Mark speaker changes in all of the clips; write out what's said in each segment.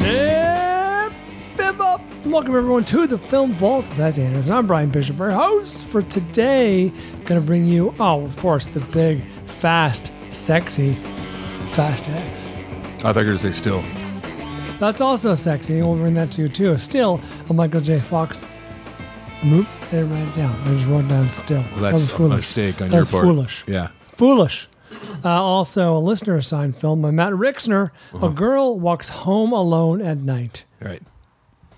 Speaker 1: Yep, bim up. Welcome everyone to the Film Vault. That's Anders. and I'm Brian Bishop, your host for today. Gonna bring you, oh, of course, the big, fast, sexy Fast X.
Speaker 2: I thought you were going to say still.
Speaker 1: That's also sexy. We'll bring that to you too. Still, a Michael J. Fox. Move. I didn't write it down. I just wrote down still.
Speaker 2: Well,
Speaker 1: that was
Speaker 2: that's a
Speaker 1: foolish.
Speaker 2: mistake on
Speaker 1: that
Speaker 2: your
Speaker 1: was
Speaker 2: part.
Speaker 1: Foolish.
Speaker 2: Yeah.
Speaker 1: Foolish. Uh, also, a listener assigned film by Matt Rixner.
Speaker 2: Uh-huh.
Speaker 1: A girl walks home alone at night.
Speaker 2: All right.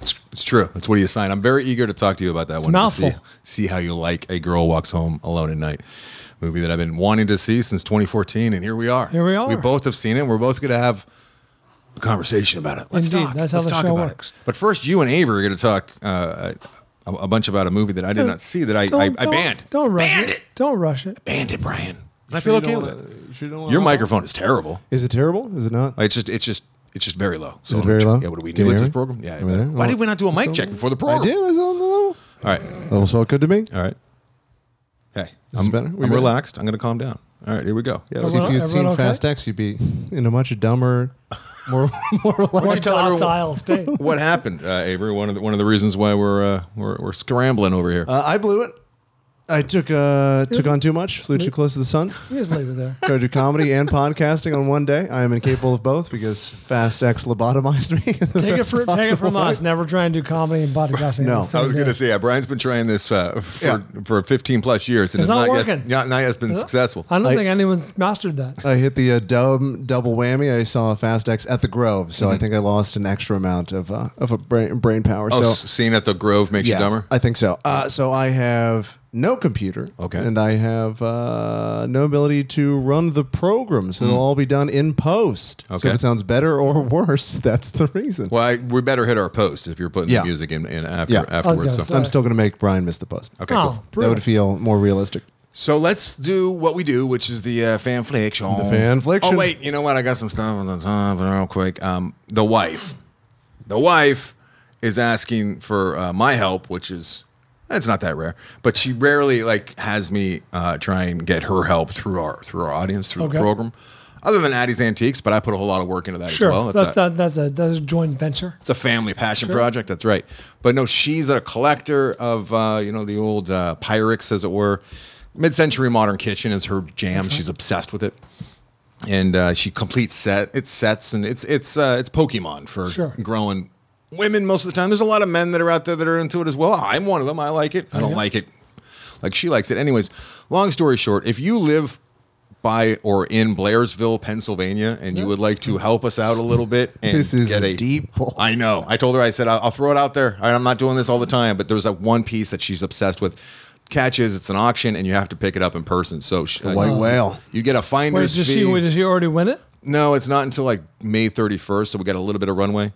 Speaker 2: It's, it's true. That's what he assigned. I'm very eager to talk to you about that one. to See,
Speaker 1: mouthful.
Speaker 2: see how you like A Girl Walks Home Alone at Night. Movie that I've been wanting to see since 2014, and here we are.
Speaker 1: Here we are.
Speaker 2: We both have seen it. and We're both going to have a conversation about it. Let's
Speaker 1: Indeed.
Speaker 2: talk.
Speaker 1: That's how
Speaker 2: Let's
Speaker 1: the
Speaker 2: talk
Speaker 1: show
Speaker 2: about
Speaker 1: works.
Speaker 2: It. But first, you and Ava are going to talk uh, a, a bunch about a movie that I did not see that I, I, I banned.
Speaker 1: Don't rush it. Don't rush it.
Speaker 2: Banned it, Brian. And I
Speaker 3: sure
Speaker 2: feel
Speaker 3: you
Speaker 2: okay
Speaker 3: don't
Speaker 2: with
Speaker 3: wanna-
Speaker 2: it.
Speaker 3: you sure you don't wanna
Speaker 2: Your
Speaker 3: hop on?
Speaker 2: microphone is terrible.
Speaker 3: Is it terrible? Is it not?
Speaker 2: Like, It's just, it's just, it's just very low. So
Speaker 3: Is it
Speaker 2: I'm
Speaker 3: very
Speaker 2: check-
Speaker 3: low?
Speaker 2: Yeah, what do we
Speaker 3: Can
Speaker 2: do
Speaker 3: you
Speaker 2: with
Speaker 3: hear
Speaker 2: this
Speaker 3: me?
Speaker 2: program? Yeah.
Speaker 3: Am I there?
Speaker 2: Why did we not do a mic check before the
Speaker 3: I
Speaker 2: program?
Speaker 3: did. I was on the level.
Speaker 2: All right.
Speaker 3: Level felt good to me.
Speaker 2: All right. Hey,
Speaker 3: This is
Speaker 2: I'm,
Speaker 3: better?
Speaker 2: I'm
Speaker 3: We better?
Speaker 2: relaxed. I'm going to calm down. All right, here we go. Yeah.
Speaker 3: See,
Speaker 2: let's-
Speaker 3: if you had seen
Speaker 1: Everyone okay?
Speaker 3: Fast X, you'd be in a much dumber, more more relaxed.
Speaker 2: Why'd you tell everyone-
Speaker 1: Docile state.
Speaker 2: what happened, uh, Avery? One of the, one of the reasons why we're uh, we're, we're scrambling over here.
Speaker 3: Uh, I blew it. I took uh, took on too much. Flew too close to the sun.
Speaker 1: You just leave it there.
Speaker 3: Go do comedy and podcasting on one day. I am incapable of both because Fast X lobotomized me.
Speaker 1: Take it, from, take it from us. Never try and do comedy and podcasting.
Speaker 3: No.
Speaker 2: I
Speaker 1: Listen
Speaker 2: was going to
Speaker 1: this.
Speaker 2: say, yeah, Brian's been trying this uh, for,
Speaker 3: Yeah.
Speaker 2: for 15 plus years, and
Speaker 1: It's
Speaker 2: it's,
Speaker 1: not
Speaker 2: Yet,
Speaker 1: working.
Speaker 2: not, not yet has been successul.
Speaker 1: I don't
Speaker 3: I-
Speaker 1: think anyone's mastered that.
Speaker 3: I hit the uh, dumb double whammy. I saw Fast X at the Grove, so I think I lost an extra amount of uh, of a brain, brain power.
Speaker 2: oh,
Speaker 3: so
Speaker 2: s- seeing at the Grove makes
Speaker 3: Yes,
Speaker 2: you dumber.
Speaker 3: I think so. Uh, so I have no computer.
Speaker 2: Okay.
Speaker 3: And I have uh, no ability to run the programs. It'll all be done in post. So
Speaker 2: Hmm. Okay.
Speaker 3: if it sounds better or worse, that's the reason.
Speaker 2: well, I, we better hit our post if you're putting
Speaker 3: Yeah.
Speaker 2: the music in, in after
Speaker 3: Yeah.
Speaker 2: afterwards.
Speaker 1: Oh,
Speaker 2: so.
Speaker 1: so-
Speaker 3: I'm still going to make Brian miss the post.
Speaker 2: Okay,
Speaker 1: Oh,
Speaker 2: cool.
Speaker 3: That would feel more realistic.
Speaker 2: So let's do what we do, which is the uh, fan fliction.
Speaker 3: The fan fliction.
Speaker 2: Oh wait, you know what? I got some stuff on the top real quick. Um, the wife, the wife is asking for uh, my help, which is that's not that rare, but she rarely like has me uh, try and get her help through our through our audience through
Speaker 1: Okay.
Speaker 2: the program. Other than Addie's Antiques, but I put a whole lot of work into that
Speaker 1: Sure.
Speaker 2: as well.
Speaker 1: that's,
Speaker 2: a-
Speaker 1: that, that's, a, that's a joint venture.
Speaker 2: it's a family passion project. That's right. But no, she's a collector of uh, you know the old uh, Pyrex, as it were. Mid-century modern kitchen is her jam. She's obsessed with it, and uh, she completes set. It's sets and it's it's uh, it's Pokemon for
Speaker 1: Sure.
Speaker 2: growing women most of the time. There's a lot of men that are out there that are into it as well. I'm one of them. I like it. I don't like it like she likes it. Anyways, long story short, if you live by or in Blairsville, Pennsylvania, and you would like to help us out a little bit and
Speaker 3: This is
Speaker 2: get
Speaker 3: a
Speaker 2: a,
Speaker 3: deep hole.
Speaker 2: I know. I told her I said I'll, I'll throw it out there. I, I'm not doing this all the time, but there's that one piece that she's obsessed with. Catch is it's an auction and you have to pick it up in person. So she,
Speaker 3: The white whale.
Speaker 2: you get a
Speaker 1: Wait,
Speaker 2: finder's
Speaker 1: did
Speaker 2: fee.
Speaker 1: she, wait, did she already win it?
Speaker 2: No, it's not until like May 31st, so we got a little bit of runway.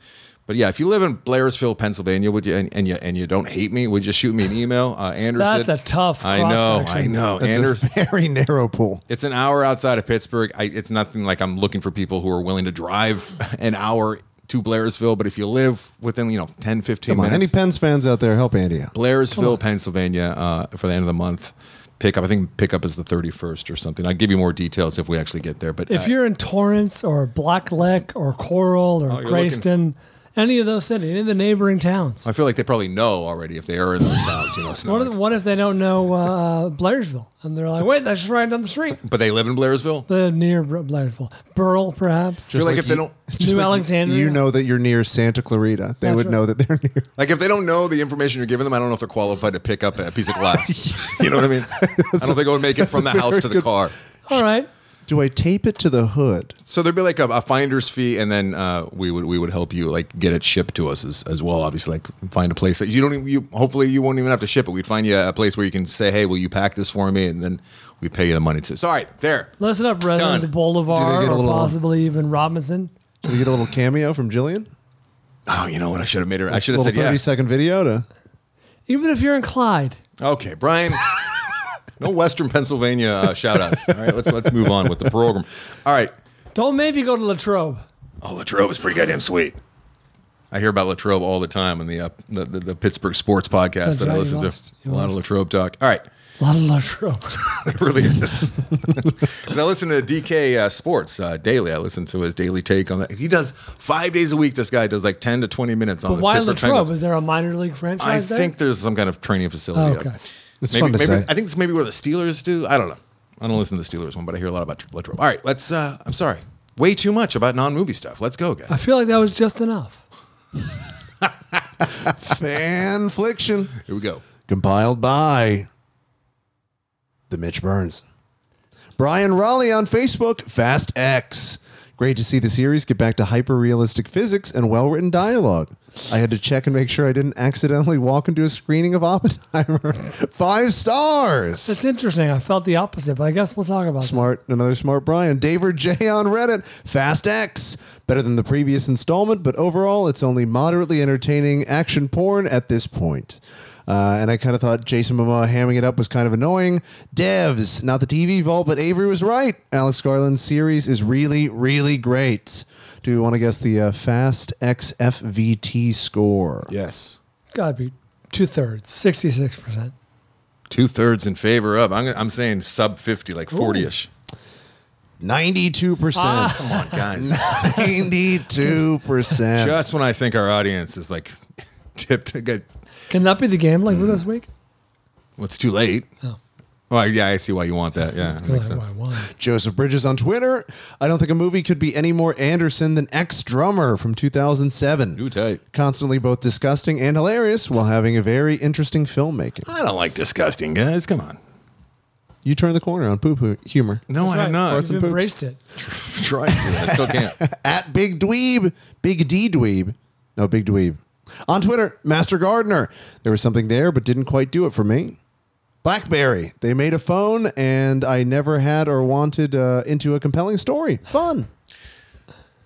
Speaker 2: But yeah, if you live in Blairsville, Pennsylvania, would you and, and you and you don't hate me, would you shoot me an email? Uh, Anders,
Speaker 1: That's
Speaker 2: did-
Speaker 1: a tough
Speaker 2: I know, I
Speaker 1: cross-section.
Speaker 2: know.
Speaker 3: That's
Speaker 2: Anders,
Speaker 3: a very narrow pool.
Speaker 2: it's an hour outside of Pittsburgh. I, it's nothing like I'm looking for people who are willing to drive an hour to Blairsville. But if you live within you know 10, 15
Speaker 3: Come on,
Speaker 2: minutes,
Speaker 3: any Pens fans out there, help Andy out.
Speaker 2: Blairsville, Pennsylvania, uh, for the end of the month. Pickup. I think pickup is the 31st or something. I'll give you more details if we actually get there. But
Speaker 1: If
Speaker 2: uh, Oh,
Speaker 1: you're in Torrance or Blackleck or Coral or
Speaker 2: you're
Speaker 1: Grayston, Any of those cities, any of the neighboring towns.
Speaker 2: I feel like they probably know already if they are in those towns. You know, it's not
Speaker 1: What if,
Speaker 2: like-
Speaker 1: what if they don't know uh, Blairsville and they're like, wait, that's just right down the street.
Speaker 2: but they live in Blairsville.
Speaker 1: The near Br- Blairsville, Burl, perhaps.
Speaker 2: I feel like, if they
Speaker 3: you-
Speaker 2: don't,
Speaker 1: New
Speaker 3: you-
Speaker 1: Alexandria.
Speaker 3: You know that you're near Santa Clarita. They
Speaker 1: That's
Speaker 3: would
Speaker 1: right.
Speaker 3: know that they're near.
Speaker 2: like if they don't know the information you're giving them, I don't know if they're qualified to pick up a piece of glass. you know what I mean? I don't think I would make it from the house to the car.
Speaker 1: All right.
Speaker 3: Do I tape it to the hood?
Speaker 2: So there'd be like a, a finder's fee, and then uh, we would we would help you like get it shipped to us as, as well. Obviously, like find a place that you don't even, you hopefully you won't even have to ship it. We'd find you a place where you can say, hey, will you pack this for me? And then we pay you the money to. So all right, there.
Speaker 1: Listen up, Residence
Speaker 2: Done.
Speaker 1: Boulevard
Speaker 3: Do they get
Speaker 1: or
Speaker 3: a little-
Speaker 1: possibly even Robinson.
Speaker 3: Do we get a little cameo from Jillian?
Speaker 2: Oh, you know what? I should have made her. I should
Speaker 3: a
Speaker 2: have
Speaker 3: little
Speaker 2: said yeah.
Speaker 3: second video to.
Speaker 1: Even if you're in Clyde.
Speaker 2: Okay, Brian. no Western Pennsylvania uh, shout outs. All right, let's let's move on with the program. All right.
Speaker 1: Don't maybe go to Latrobe.
Speaker 2: Oh, Latrobe is pretty goddamn sweet. I hear about Latrobe all the time in the uh, the, the, the Pittsburgh sports podcast
Speaker 1: That's
Speaker 2: that
Speaker 1: right,
Speaker 2: I
Speaker 1: you
Speaker 2: listen
Speaker 1: must.
Speaker 2: to.
Speaker 1: You
Speaker 2: A lot of
Speaker 1: must.
Speaker 2: Latrobe talk. All right.
Speaker 1: A lot of Latrobe.
Speaker 2: It really is. 'Cause I listen to DK uh, Sports uh, daily. I listen to his daily take on that. He does five days a week. This guy does like ten to twenty minutes on
Speaker 1: but
Speaker 2: the
Speaker 1: why
Speaker 2: Pittsburgh
Speaker 1: Latrobe?
Speaker 2: Penguins.
Speaker 1: Is there a minor league
Speaker 2: I
Speaker 1: franchise there? Oh,
Speaker 2: think there's some kind of training facility.
Speaker 1: Okay.
Speaker 3: It's
Speaker 2: maybe,
Speaker 3: fun to
Speaker 2: maybe,
Speaker 3: say.
Speaker 2: I think it's maybe where the Steelers do. I don't know. I don't listen to the Steelers one, but I hear a lot about Latrobe. All right, let's. Uh, I'm sorry, way too much about non-movie stuff. Let's go,
Speaker 1: I
Speaker 3: Ah.
Speaker 2: guys.
Speaker 1: feel like that was just enough.
Speaker 3: Fanfliction.
Speaker 2: Here we go.
Speaker 3: Compiled by the Mitch Burns. Brian Raleigh on Facebook, Fast X. Great to see the series get back to hyper realistic physics and well written dialogue. I had to check and make sure I didn't accidentally walk into a screening of Oppenheimer. Five stars.
Speaker 1: That's interesting. I felt the opposite, but I guess we'll talk about that.
Speaker 3: Smart, another smart Brian. David J on Reddit. Fast X. Better than the previous installment, but overall, it's only moderately entertaining action porn at this point. Uh, and I kind of thought Jason Momoa hamming it up was kind of annoying. Devs, not the TV vault, but Avery was right. Alex Garland's series is really, really great. Do you want to guess the uh, Fast X FVT score?
Speaker 2: Yes,
Speaker 1: Gotta be two thirds, 66%.
Speaker 2: two thirds in favor of. I'm, gonna- I'm saying sub fifty, like forty ish.
Speaker 3: 92%.
Speaker 2: Come on, guys.
Speaker 3: 92%.
Speaker 2: Just when I think our audience is like tipped, good.
Speaker 1: Can that be the gambling for this week?
Speaker 2: Well, it's too late.
Speaker 1: Oh.
Speaker 2: Well, yeah, I see why you want that. Yeah, that makes
Speaker 1: Like,
Speaker 2: sense.
Speaker 1: why one?
Speaker 3: Oh, Joseph Bridges on Twitter. I don't think a movie could be any more Anderson than Ex Drummer from
Speaker 2: Too
Speaker 3: 2007.
Speaker 2: tight.
Speaker 3: Constantly both disgusting and hilarious while having a very interesting filmmaking.
Speaker 2: I don't like disgusting guys. Come on.
Speaker 3: You turn the corner on poo poo humor.
Speaker 2: No, I have not.
Speaker 1: You've embraced it.
Speaker 2: Try to. I still can't.
Speaker 3: At Big Dweeb, Big D Dweeb. No, Big Dweeb. On Twitter, Master Gardener. There was something there, but didn't quite do it for me. Blackberry. They made a phone, and I never had or wanted uh, into a compelling story. Fun.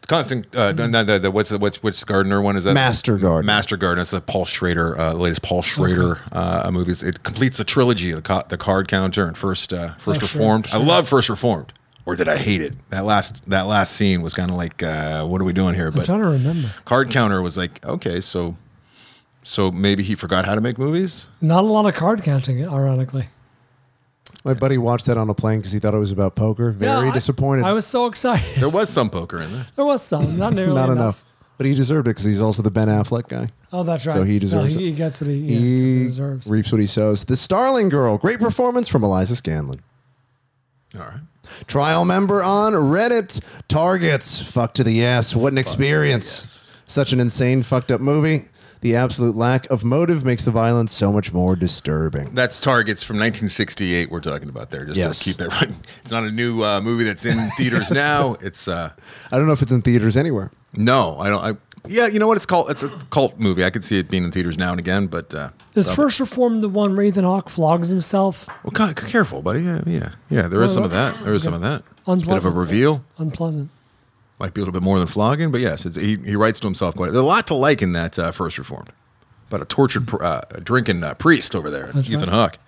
Speaker 2: Constant. Uh,
Speaker 1: Mm-hmm.
Speaker 2: no, no, the, the, what's the what's which Gardner one is that?
Speaker 3: Master Gardener.
Speaker 2: Master Gardener. That's the Paul Schrader, uh, latest Paul Schrader uh, movie. It completes the trilogy: the, co- the Card Counter and First uh, First
Speaker 1: Oh, sure,
Speaker 2: Reformed. I love First Reformed. Or did I hate it? That last that last scene was kind of like, uh, what are we doing here?
Speaker 1: I'm trying to remember.
Speaker 2: Card Counter was like, okay, so so maybe he forgot how to make movies.
Speaker 1: Not a lot of card counting, ironically.
Speaker 3: My buddy watched that on a plane because he thought it was about poker. Very
Speaker 1: Yeah, I-
Speaker 3: disappointed.
Speaker 1: I, was so excited.
Speaker 2: There was some poker in there.
Speaker 1: There was some, not nearly
Speaker 3: not
Speaker 1: enough.
Speaker 3: enough. But he deserved it because he's also the Ben Affleck guy.
Speaker 1: Oh, that's right.
Speaker 3: So he
Speaker 1: No,
Speaker 3: deserves
Speaker 1: he,
Speaker 3: it.
Speaker 1: he gets what he, yeah,
Speaker 3: He
Speaker 1: deserves.
Speaker 3: reaps what he sows. The Starling Girl. Great performance from Eliza Scanlon.
Speaker 2: All right.
Speaker 3: Trial member on Reddit. Targets. Fuck to the yes. What an experience. Such an insane, fucked up movie. The absolute lack of motive makes the violence so much more disturbing.
Speaker 2: That's targets from 1968. We're talking about there. Just
Speaker 3: Yes.
Speaker 2: to keep it right. It's not a new uh, movie that's in theaters now. It's uh,
Speaker 3: I don't know if it's in theaters anywhere.
Speaker 2: no, I don't. I, yeah, you know what? It's called. It's a cult movie. I could see it being in theaters now and again, but uh,
Speaker 1: Is First Reform the one where Ethan Hawke flogs himself?
Speaker 2: well, God, careful, buddy. Yeah, yeah, yeah. There is some of that. There is some of that. Bit of a
Speaker 1: Unpleasant.
Speaker 2: reveal.
Speaker 1: Unpleasant.
Speaker 2: Might be a little bit more than flogging, but yes, it's, he, he writes to himself quite. There's a lot to like in that uh, first reformed, about a tortured pr- uh, drinking uh, priest over there,
Speaker 1: That's
Speaker 2: Ethan
Speaker 1: right.
Speaker 2: Hawke,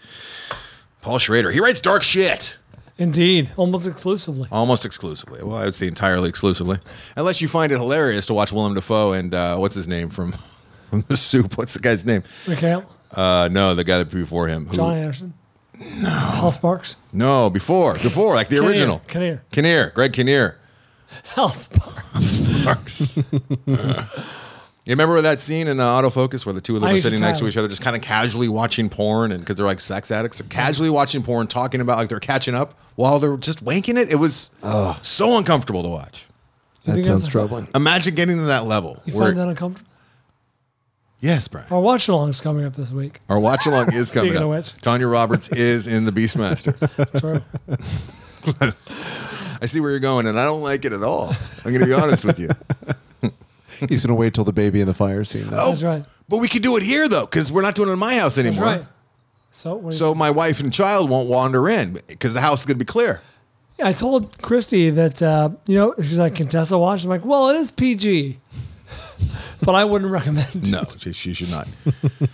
Speaker 2: Paul Schrader. He writes dark shit.
Speaker 1: Indeed, almost exclusively.
Speaker 2: Almost exclusively. Well, I would say entirely exclusively, unless you find it hilarious to watch Willem Dafoe and uh, what's his name from from the Soup. What's the guy's name?
Speaker 1: Mikhail,
Speaker 2: Uh, no, the guy that before him. Who,
Speaker 1: John Anderson, no. Hal Sparks,
Speaker 2: No, before, before, like the
Speaker 1: Kinnear,
Speaker 2: original.
Speaker 1: Kinnear.
Speaker 2: Kinnear, Greg Kinnear.
Speaker 1: Hal Sparks.
Speaker 2: Sparks. You remember that scene in uh, Autofocus where the two of them
Speaker 1: I
Speaker 2: are
Speaker 1: used to
Speaker 2: sitting next to
Speaker 1: tell.
Speaker 2: each other, just kind of casually watching porn, and because they're like sex addicts, they're casually watching porn, talking about like they're catching up while they're just wanking it. It was so uncomfortable to watch.
Speaker 3: That
Speaker 1: think
Speaker 3: sounds
Speaker 1: that's-
Speaker 3: troubling.
Speaker 2: Imagine getting to that level.
Speaker 1: You
Speaker 2: where-
Speaker 1: find that uncomfortable?
Speaker 2: yes, Brian.
Speaker 1: Our watch along is coming up this week.
Speaker 2: Our watch along is coming
Speaker 1: Speaking
Speaker 2: up.
Speaker 1: of which.
Speaker 2: Tanya Roberts is in the Beastmaster.
Speaker 1: True.
Speaker 2: I see where you're going, and I don't like it at all. I'm going to be honest with you.
Speaker 3: He's gonna wait till the baby in the fire scene. though.
Speaker 1: That's right.
Speaker 2: But we could do it here though, because we're not doing it in my house
Speaker 1: That's
Speaker 2: anymore.
Speaker 1: right. So, what do you-
Speaker 2: So my wife and child won't wander in because the house is going to be clear.
Speaker 1: Yeah, I told Christy that, uh, you know, she's like, can Tessa watch? I'm like, well, it is PG, but I wouldn't recommend
Speaker 2: No, she, she should not.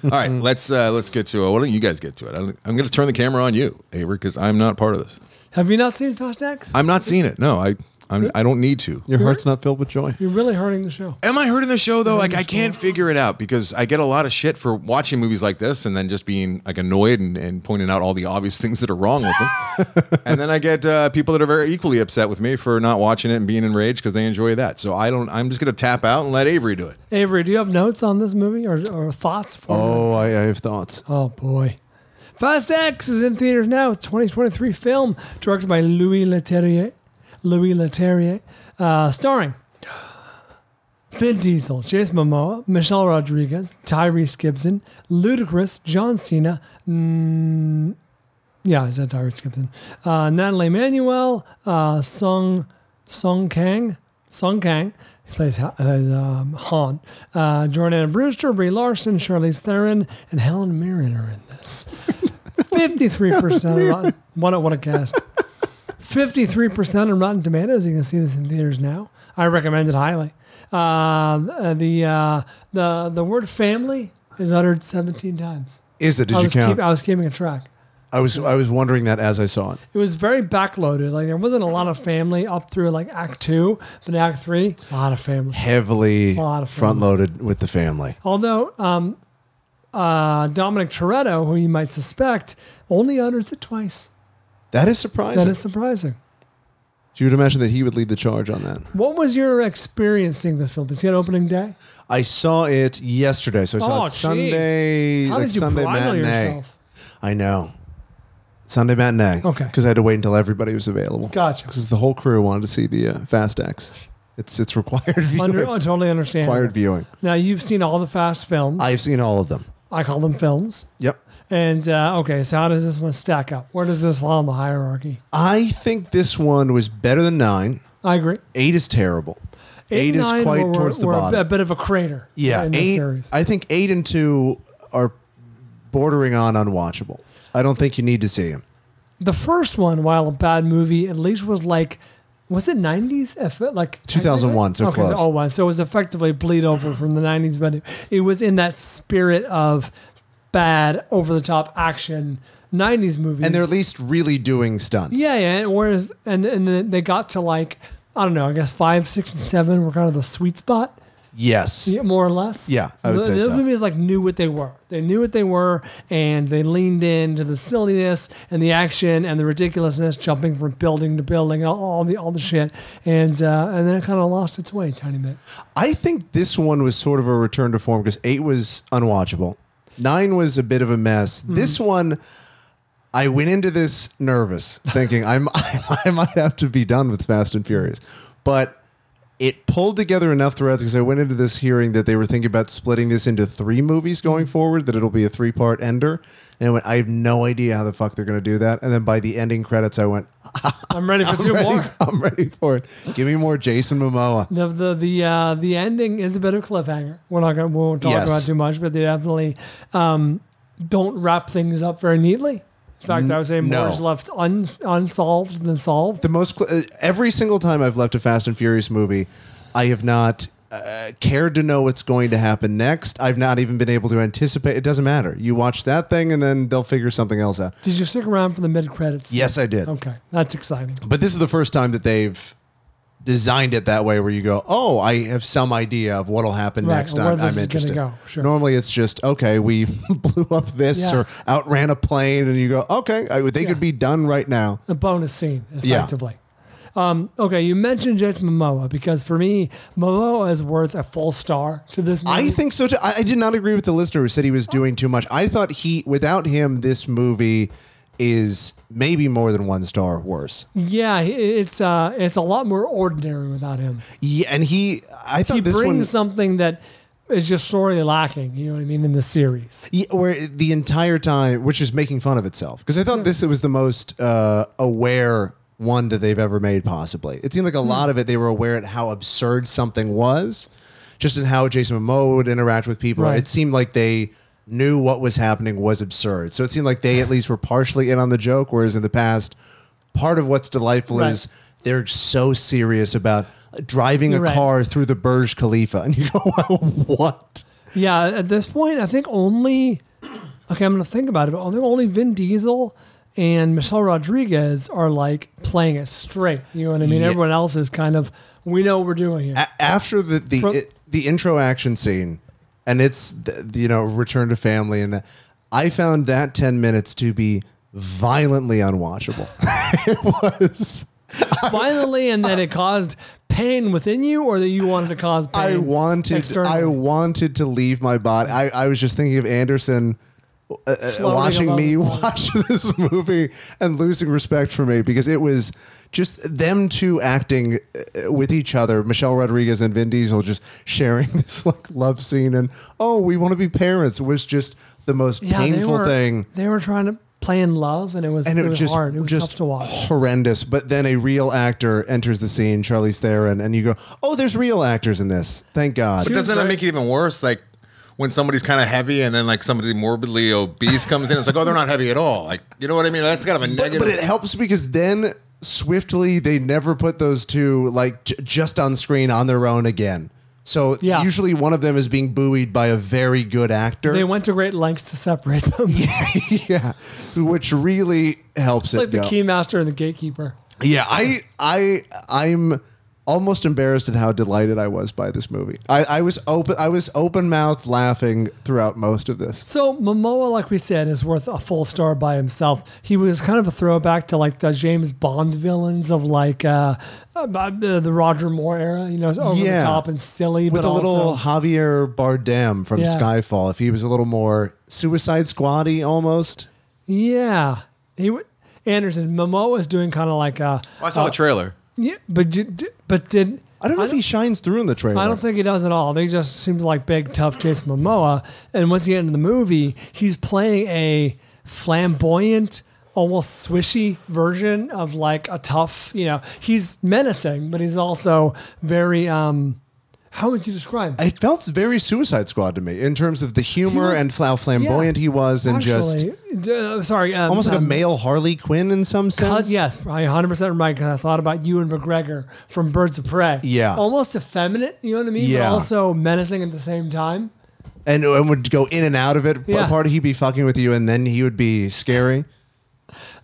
Speaker 2: All right, let's uh, let's get to it. Why don't you guys get to it? I'm, I'm going to turn the camera on you, Avery, because I'm not part of this.
Speaker 1: Have you not seen Fast X?
Speaker 2: I'm not seeing it. No, I I'm, I don't need to.
Speaker 3: Your heart's not filled with joy.
Speaker 1: You're really hurting the show.
Speaker 2: Am I hurting the show though? Like I can't figure it out because I get a lot of shit for watching movies like this and then just being like annoyed and, and pointing out all the obvious things that are wrong with them. and then I get uh, people that are very equally upset with me for not watching it and being enraged because they enjoy that. So I don't. I'm just gonna tap out and let Avery do it.
Speaker 1: Avery, do you have notes on this movie or, or thoughts for it?
Speaker 3: Oh, I, I have thoughts.
Speaker 1: Oh, boy. Fast X is in theaters now. It's a 2023 film directed by Louis Leterrier. Louis Leterrier. Uh, starring Vin Diesel, Jason Momoa, Michelle Rodriguez, Tyrese Gibson, Ludacris, John Cena, mm, yeah, I said Tyrese Gibson, uh, Natalie Manuel, uh, Sung Sung Kang, Sung Kang, he plays, Ha- plays um, Han, uh, Jordana Brewster, Brie Larson, Charlize Theron, and Helen Mirren are in this. Fifty-three percent of Rotten. What a what a cast. 53% on Rotten Tomatoes. You can see this in theaters now. I recommend it highly. Um, Uh, the, uh, the, the word family is uttered 17 times.
Speaker 3: Is it? Did
Speaker 1: I
Speaker 3: you
Speaker 1: was,
Speaker 3: count?
Speaker 1: keep, I was keeping a track.
Speaker 3: I was I was wondering that as I saw it.
Speaker 1: It was very backloaded. Like there wasn't a lot of family up through like Act Two, but Act Three, a lot of family.
Speaker 3: Heavily
Speaker 1: lot of fun.
Speaker 3: front loaded with the family.
Speaker 1: Although um, uh, Dominic Toretto, who you might suspect, only utters it twice.
Speaker 3: That is surprising.
Speaker 1: That is surprising.
Speaker 3: you would imagine that he would lead the charge on that.
Speaker 1: What was your experience seeing this film? Did you see it opening day?
Speaker 3: I saw it yesterday, so I saw
Speaker 1: Oh,
Speaker 3: it
Speaker 1: geez.
Speaker 3: Sunday.
Speaker 1: How
Speaker 3: like
Speaker 1: did you
Speaker 3: Sunday
Speaker 1: bridle
Speaker 3: matinee.
Speaker 1: yourself?
Speaker 3: I know. Sunday matinee.
Speaker 1: Okay.
Speaker 3: Because I had to wait until everybody was available.
Speaker 1: Gotcha.
Speaker 3: Because the whole crew wanted to see the uh, Fast X. It's it's required viewing.
Speaker 1: Under, I totally understand.
Speaker 3: required viewing.
Speaker 1: Now you've seen all the Fast films.
Speaker 3: I've seen all of them.
Speaker 1: I call them films.
Speaker 3: Yep.
Speaker 1: And uh, okay, so how does this one stack up? Where does this fall in the hierarchy?
Speaker 3: I think this one was better than nine.
Speaker 1: I agree.
Speaker 3: Eight is terrible. Eight,
Speaker 1: and
Speaker 3: is
Speaker 1: nine
Speaker 3: quite
Speaker 1: were-
Speaker 3: towards the
Speaker 1: were
Speaker 3: bottom.
Speaker 1: A bit of a crater.
Speaker 3: Yeah,
Speaker 1: in this
Speaker 3: eight.
Speaker 1: series.
Speaker 3: I think eight and two are bordering on unwatchable. I don't think you need to see them.
Speaker 1: the first one, while a bad movie, at least was like, was it nineties? Like
Speaker 3: 2001, so
Speaker 1: okay,
Speaker 3: close.
Speaker 1: So, oh, wow. so it was effectively bleed over from the nineties, but it, it was in that spirit of bad, over the top action nineties movies.
Speaker 3: And they're at least really doing stunts.
Speaker 1: Yeah, yeah. and Whereas, and and then they got to like I don't know. I guess five, six, and seven were kind of the sweet spot,
Speaker 3: Yes.
Speaker 1: yeah, more or less.
Speaker 3: Yeah, I would
Speaker 1: the,
Speaker 3: say
Speaker 1: the
Speaker 3: so.
Speaker 1: other movies like knew what they were. They knew what they were, and they leaned into the silliness and the action and the ridiculousness, jumping from building to building, all, all the all the shit, and uh, and then it kind of lost its way a tiny bit.
Speaker 3: I think this one was sort of a return to form because eight was unwatchable. Nine was a bit of a mess.
Speaker 1: Hmm.
Speaker 3: This one, I went into this nervous, thinking I'm, I, might have to be done with Fast and Furious, but it pulled together enough threads because I went into this hearing that they were thinking about splitting this into three movies going
Speaker 1: Hmm.
Speaker 3: forward. That it'll be a three part ender, and I went, I have no idea how the fuck they're going to do that. And then by the ending credits, I went,
Speaker 1: I'm ready for
Speaker 3: I'm
Speaker 1: two
Speaker 3: ready,
Speaker 1: more.
Speaker 3: I'm ready for it. Give me more Jason Momoa.
Speaker 1: The the the uh, the ending is a bit of a cliffhanger. We're not gonna we won't talk
Speaker 3: Yes.
Speaker 1: about it too much, but they definitely um, don't wrap things up very neatly. In fact, I would say more
Speaker 3: no.
Speaker 1: is left un, unsolved than solved.
Speaker 3: the most cl- uh, every single time I've left a Fast and Furious movie, I have not uh, cared to know what's going to happen next. I've not even been able to anticipate. It doesn't matter. You watch that thing, and then they'll figure something else out.
Speaker 1: Did you stick around for the mid credits?
Speaker 3: Yes, I did.
Speaker 1: Okay, that's exciting.
Speaker 3: But this is the first time that they've designed it that way, where you go, "Oh, I have some idea of what'll happen
Speaker 1: Right,
Speaker 3: next
Speaker 1: or where
Speaker 3: time."
Speaker 1: this
Speaker 3: I'm
Speaker 1: is gonna
Speaker 3: interested.
Speaker 1: go, sure.
Speaker 3: Normally, it's just, "Okay, we blew up this
Speaker 1: Yeah.
Speaker 3: or outran a plane," and you go, "Okay, I, they
Speaker 1: Yeah.
Speaker 3: could be done right now."
Speaker 1: A bonus scene,
Speaker 3: Yeah.
Speaker 1: effectively. Um, okay, you mentioned Jason Momoa because for me, Momoa is worth a full star to this movie.
Speaker 3: I think so too. I, I did not agree with the listener who said he was doing too much. I thought he, without him, this movie is maybe more than one star worse.
Speaker 1: yeah, i- it's uh, it's a lot more ordinary without him.
Speaker 3: Yeah, and he, I thought
Speaker 1: He
Speaker 3: this
Speaker 1: brings
Speaker 3: one,
Speaker 1: something that is just sorely lacking. You know what I mean in the series.
Speaker 3: Yeah, where the entire time, which is making fun of itself, because I thought
Speaker 1: Hmm.
Speaker 3: this was the most uh, aware one that they've ever made. Possibly, it seemed like a
Speaker 1: Hmm.
Speaker 3: lot of it they were aware at how absurd something was, just in how Jason Momoa would interact with people.
Speaker 1: Right.
Speaker 3: It seemed like they knew what was happening was absurd, so it seemed like they at least were partially in on the joke. Whereas in the past, part of what's delightful
Speaker 1: Right.
Speaker 3: is they're so serious about driving a
Speaker 1: Right.
Speaker 3: car through the Burj Khalifa, and you go, what?
Speaker 1: Yeah, at this point, I think only. Okay, I'm gonna think about it, but I think only Vin Diesel and Michelle Rodriguez are like playing it straight. You know what I mean?
Speaker 3: Yeah.
Speaker 1: Everyone else is kind of we know what we're doing here.
Speaker 3: A- after the the
Speaker 1: Pro-
Speaker 3: it- the intro action scene, and it's the, the, you know return to family, and that- I found that ten minutes to be violently unwatchable. it was.
Speaker 1: Finally, and then it caused pain within you, or that you wanted to cause pain.
Speaker 3: I wanted. I
Speaker 1: externally?
Speaker 3: wanted to leave my body. I, I was just thinking of Anderson. uh,
Speaker 1: Floating
Speaker 3: watching
Speaker 1: above
Speaker 3: me
Speaker 1: the
Speaker 3: watch this movie and losing respect for me because it was just them two acting uh, with each other, Michelle Rodriguez and Vin Diesel, just sharing this like love scene and oh, we want to be parents was just the most
Speaker 1: Yeah, they
Speaker 3: painful
Speaker 1: were,
Speaker 3: thing.
Speaker 1: They were trying to play in love, and it was
Speaker 3: And it,
Speaker 1: was
Speaker 3: just
Speaker 1: hard. It was
Speaker 3: just
Speaker 1: tough to watch.
Speaker 3: horrendous. But then a real actor enters the scene, Charlize Theron, and you go, "Oh, there's real actors in this. Thank God."
Speaker 2: But doesn't that make it even worse? Like when somebody's kind of heavy and then like somebody morbidly obese comes in, it's like, oh, they're not heavy at all. Like, you know what I mean? That's kind of a
Speaker 3: but,
Speaker 2: negative.
Speaker 3: but it helps because then swiftly they never put those two like j- just on screen on their own again. So
Speaker 1: Yeah.
Speaker 3: usually one of them is being buoyed by a very good actor.
Speaker 1: They went to great lengths to separate them,
Speaker 3: yeah, which really helps
Speaker 1: like
Speaker 3: it.
Speaker 1: the
Speaker 3: go.
Speaker 1: keymaster and the gatekeeper.
Speaker 3: Yeah, I I I'm almost embarrassed at how delighted I was by this movie. I, I was open I was open mouthed laughing throughout most of this.
Speaker 1: So Momoa, like we said, is worth a full star by himself. He was kind of a throwback to like the James Bond villains of like uh, uh, the the Roger Moore era. You know, it's over
Speaker 3: Yeah.
Speaker 1: the top and silly,
Speaker 3: with
Speaker 1: but
Speaker 3: a little
Speaker 1: also
Speaker 3: Javier Bardem from
Speaker 1: Yeah.
Speaker 3: Skyfall. If he was a little more Suicide Squaddy, almost.
Speaker 1: yeah. He w- Anderson Momoa is doing kind of like a
Speaker 2: Oh, I saw the trailer.
Speaker 1: yeah, but you- d- but did
Speaker 3: I don't know if he shines through in the trailer.
Speaker 1: I don't think he does at all. He just seems like big, tough Jason Momoa. And once you get into the movie, he's playing a flamboyant, almost swishy version of like a tough, you know, he's menacing, but he's also very, um, how would you describe?
Speaker 3: It felt very Suicide Squad to me in terms of the humor
Speaker 1: was-
Speaker 3: and how flamboyant
Speaker 1: Yeah.
Speaker 3: he was, and just
Speaker 1: Actually, d- uh, sorry, um,
Speaker 3: almost like
Speaker 1: um,
Speaker 3: a male Harley Quinn in some sense.
Speaker 1: Cause, yes, I 100% right because I thought about you and McGregor from Birds of Prey.
Speaker 3: Yeah.
Speaker 1: Almost effeminate, you know what I mean?
Speaker 3: Yeah.
Speaker 1: But also menacing at the same time.
Speaker 3: and, uh, and would go in and out of it.
Speaker 1: Yeah.
Speaker 3: Part of he'd be fucking with you, and then he would be scary.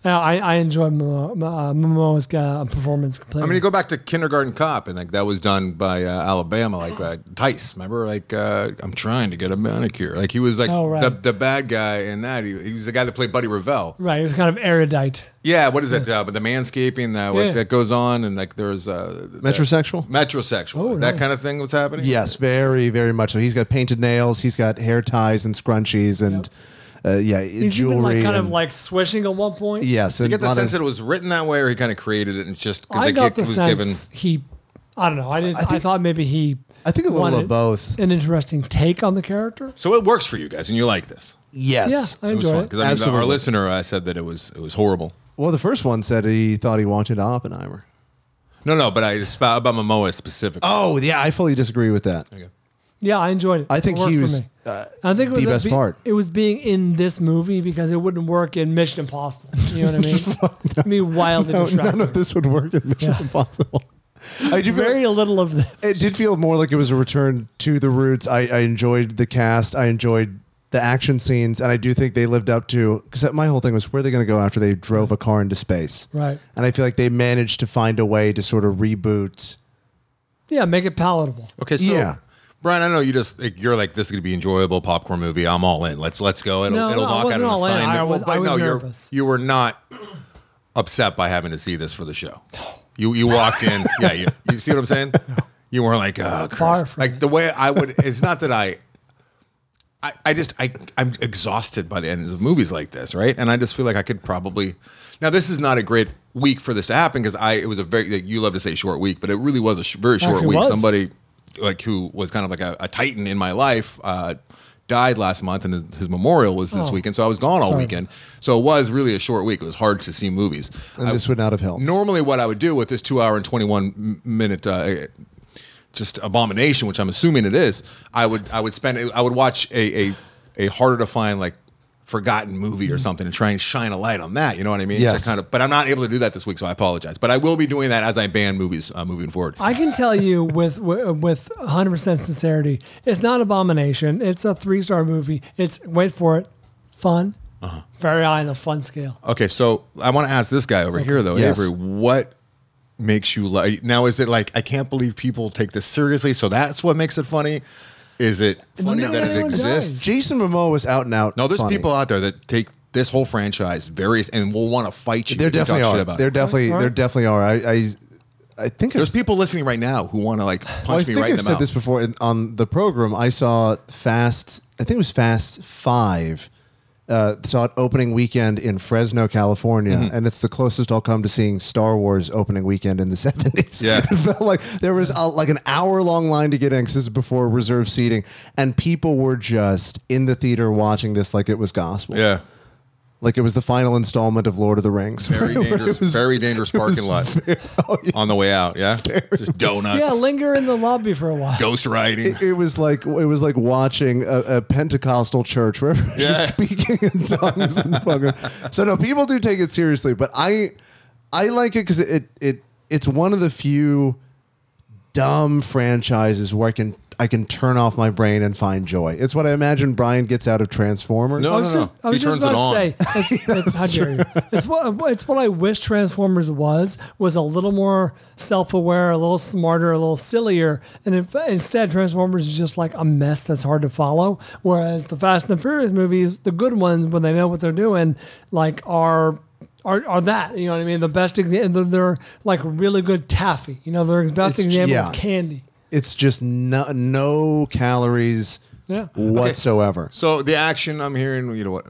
Speaker 1: Now, I, I enjoy Momo, uh, Momo's uh, performance
Speaker 2: I
Speaker 1: completely.
Speaker 2: mean, you go back to Kindergarten Cop, and like that was done by uh, Alabama, like uh, Tice. Remember, like uh, I'm trying to get a manicure. Like he was like
Speaker 1: Oh, right.
Speaker 2: the, the bad guy in that. He, he was the guy that played Buddy Revell.
Speaker 1: right, it was kind of erudite.
Speaker 2: Yeah, what is it? Uh, but the manscaping that
Speaker 1: Yeah.
Speaker 2: that goes on, and like there's uh,
Speaker 3: Metrosexual?
Speaker 2: metrosexual,
Speaker 1: Oh,
Speaker 2: that kind of thing was happening.
Speaker 3: Yes, very, very much so. He's got painted nails. He's got hair ties and scrunchies, and uh, yeah,
Speaker 1: He's
Speaker 3: jewelry.
Speaker 1: even like kind of
Speaker 3: and-
Speaker 1: like swishing at one point.
Speaker 3: yes,
Speaker 2: You
Speaker 3: and
Speaker 2: get the
Speaker 3: lot
Speaker 2: sense
Speaker 3: of-
Speaker 2: that it was written that way, or he kind of created it, and it's just
Speaker 1: I
Speaker 2: like,
Speaker 1: got
Speaker 2: it
Speaker 1: the sense he, I don't know, I didn't. I,
Speaker 3: think-
Speaker 1: thought maybe he.
Speaker 3: I think a little
Speaker 1: wanted
Speaker 3: of both.
Speaker 1: An interesting take on the character.
Speaker 2: So it works for you guys, and you like this.
Speaker 3: Yes.
Speaker 1: Yeah, I
Speaker 2: It was
Speaker 1: enjoy
Speaker 2: fun
Speaker 1: it.
Speaker 2: because I mean, the- our
Speaker 3: Absolutely.
Speaker 2: listener uh, said that it was it was horrible.
Speaker 3: Well, the first one said he thought he wanted Oppenheimer.
Speaker 2: No, no, but I it's about about Momoa specifically.
Speaker 3: Oh, yeah, I fully disagree with that.
Speaker 1: Yeah, I enjoyed it.
Speaker 3: I think
Speaker 1: It worked
Speaker 3: he
Speaker 1: for
Speaker 3: was,
Speaker 1: me.
Speaker 3: uh,
Speaker 1: I think
Speaker 3: the
Speaker 1: it was
Speaker 3: best
Speaker 1: be-
Speaker 3: part.
Speaker 1: It was being in this movie because it wouldn't work in Mission Impossible. You know what I mean? It'd be wildly
Speaker 3: No, none
Speaker 1: distracting.
Speaker 3: of this would work in Mission Impossible. I do
Speaker 1: Very little of this.
Speaker 3: It did feel more like it was a return to the roots. I, I enjoyed the cast. I enjoyed the action scenes, and I do think they lived up to because my whole thing was where are they going to go after they drove a car into space,
Speaker 1: Right.
Speaker 3: And I feel like they managed to find a way to sort of reboot.
Speaker 1: Yeah, make it palatable.
Speaker 2: Okay, so
Speaker 3: Yeah.
Speaker 2: Brian, I know you just like, you're like this is gonna be enjoyable popcorn movie. I'm all in. Let's let's go. It'll
Speaker 1: No,
Speaker 2: it'll
Speaker 1: no, I
Speaker 2: knock
Speaker 1: wasn't
Speaker 2: out
Speaker 1: all
Speaker 2: an
Speaker 1: in.
Speaker 2: assignment.
Speaker 1: I was-
Speaker 2: Well, but
Speaker 1: I was
Speaker 2: no,
Speaker 1: nervous.
Speaker 2: You're, you were not upset by having to see this for the show. You you walked in. yeah, you, you see what I'm saying? You weren't like oh,
Speaker 1: Far
Speaker 2: Christ.
Speaker 1: from
Speaker 2: like the way I would. It's not that I. I, I just I I'm exhausted by the ends of movies like this, right? And I just feel like I could probably. Now this is not a great week for this to happen because I it was a very like, you love to say short week, but it really was a sh- very short
Speaker 1: Actually
Speaker 2: week.
Speaker 1: was.
Speaker 2: Somebody like who was kind of like a, a titan in my life uh, died last month, and his, his memorial was this
Speaker 1: Oh.
Speaker 2: weekend, so I was gone all
Speaker 1: Sorry.
Speaker 2: weekend. So it was really a short week. It was hard to see movies.
Speaker 3: And
Speaker 2: I-
Speaker 3: this would not have helped.
Speaker 2: normally what I would do with this two hour and 21 m- minute uh, just abomination, which I'm assuming it is, I would I would spend I would watch a a, a harder to find like forgotten movie or
Speaker 1: Mm-hmm.
Speaker 2: something and try and shine a light on that. You know what I mean?
Speaker 3: Yes.
Speaker 2: Just kind of, but I'm not able to do that this week, so I apologize. But I will be doing that as I ban movies uh, moving forward.
Speaker 1: I can tell you with wi- with 100 percent sincerity, it's not abomination. It's a three star movie. It's wait for it, fun,
Speaker 3: Uh-huh.
Speaker 1: very high on the fun scale.
Speaker 2: Okay, so I want to ask this guy over here though,
Speaker 3: Yes.
Speaker 2: Avery, what makes you like now? Is it like I can't believe people take this seriously, so that's what makes it funny? Is it funny
Speaker 1: No,
Speaker 2: that
Speaker 1: no
Speaker 2: it
Speaker 1: one
Speaker 2: exists?
Speaker 1: does.
Speaker 3: Jason Momoa was out and out.
Speaker 2: No, there's
Speaker 3: funny.
Speaker 2: people out there that take this whole franchise various and will want to fight you.
Speaker 3: There
Speaker 2: if you talk
Speaker 3: definitely
Speaker 2: shit
Speaker 3: are.
Speaker 2: about
Speaker 3: There
Speaker 2: it.
Speaker 3: definitely,
Speaker 1: Alright.
Speaker 3: there definitely are. I, I, I think
Speaker 2: There's
Speaker 3: I've-
Speaker 2: people listening right now who want to like punch
Speaker 3: Well, Oh, I
Speaker 2: me
Speaker 3: think
Speaker 2: right
Speaker 3: I've
Speaker 2: in the
Speaker 3: said
Speaker 2: mouth.
Speaker 3: this before in, on the program. I saw Fast. I think it was Fast Five. Uh, saw it opening weekend in Fresno, California,
Speaker 2: Mm-hmm.
Speaker 3: and it's the closest I'll come to seeing Star Wars opening weekend in the seventies.
Speaker 2: Yeah.
Speaker 3: it felt like there was a, like an hour long line to get in because this is before reserve seating, and people were just in the theater watching this like it was gospel.
Speaker 2: yeah,
Speaker 3: like it was the final installment of Lord of the Rings.
Speaker 2: very dangerous, very dangerous parking lot
Speaker 3: oh,
Speaker 2: on the way out. Yeah, just donuts,
Speaker 1: Yeah, linger in the lobby for a while.
Speaker 2: ghost riding.
Speaker 3: it was like it was like watching a, a Pentecostal church where everyone's just speaking in tongues and fucking. So no, people do take it seriously, but I I like it because it it it's one of the few dumb franchises where I can I can turn off my brain and find joy. It's what I imagine Brian gets out of Transformers.
Speaker 2: No,
Speaker 1: I was
Speaker 2: no, no.
Speaker 1: just, I was
Speaker 2: He
Speaker 1: just
Speaker 2: turns it
Speaker 1: about to
Speaker 2: on.
Speaker 1: say, it's, it's, how dare you? It's what it's what I wish Transformers was was a little more self-aware, a little smarter, a little sillier, and in, fa- instead Transformers is just like a mess that's hard to follow. Whereas the Fast and the Furious movies, the good ones when they know what they're doing, like are. Are, are that you know what I mean? The best exa- they're, they're like really good taffy. You know, they're the best
Speaker 3: It's-
Speaker 1: example
Speaker 3: yeah.
Speaker 1: of candy.
Speaker 3: It's just no, no calories
Speaker 1: Yeah.
Speaker 3: whatsoever.
Speaker 2: So the action I'm hearing, you know, what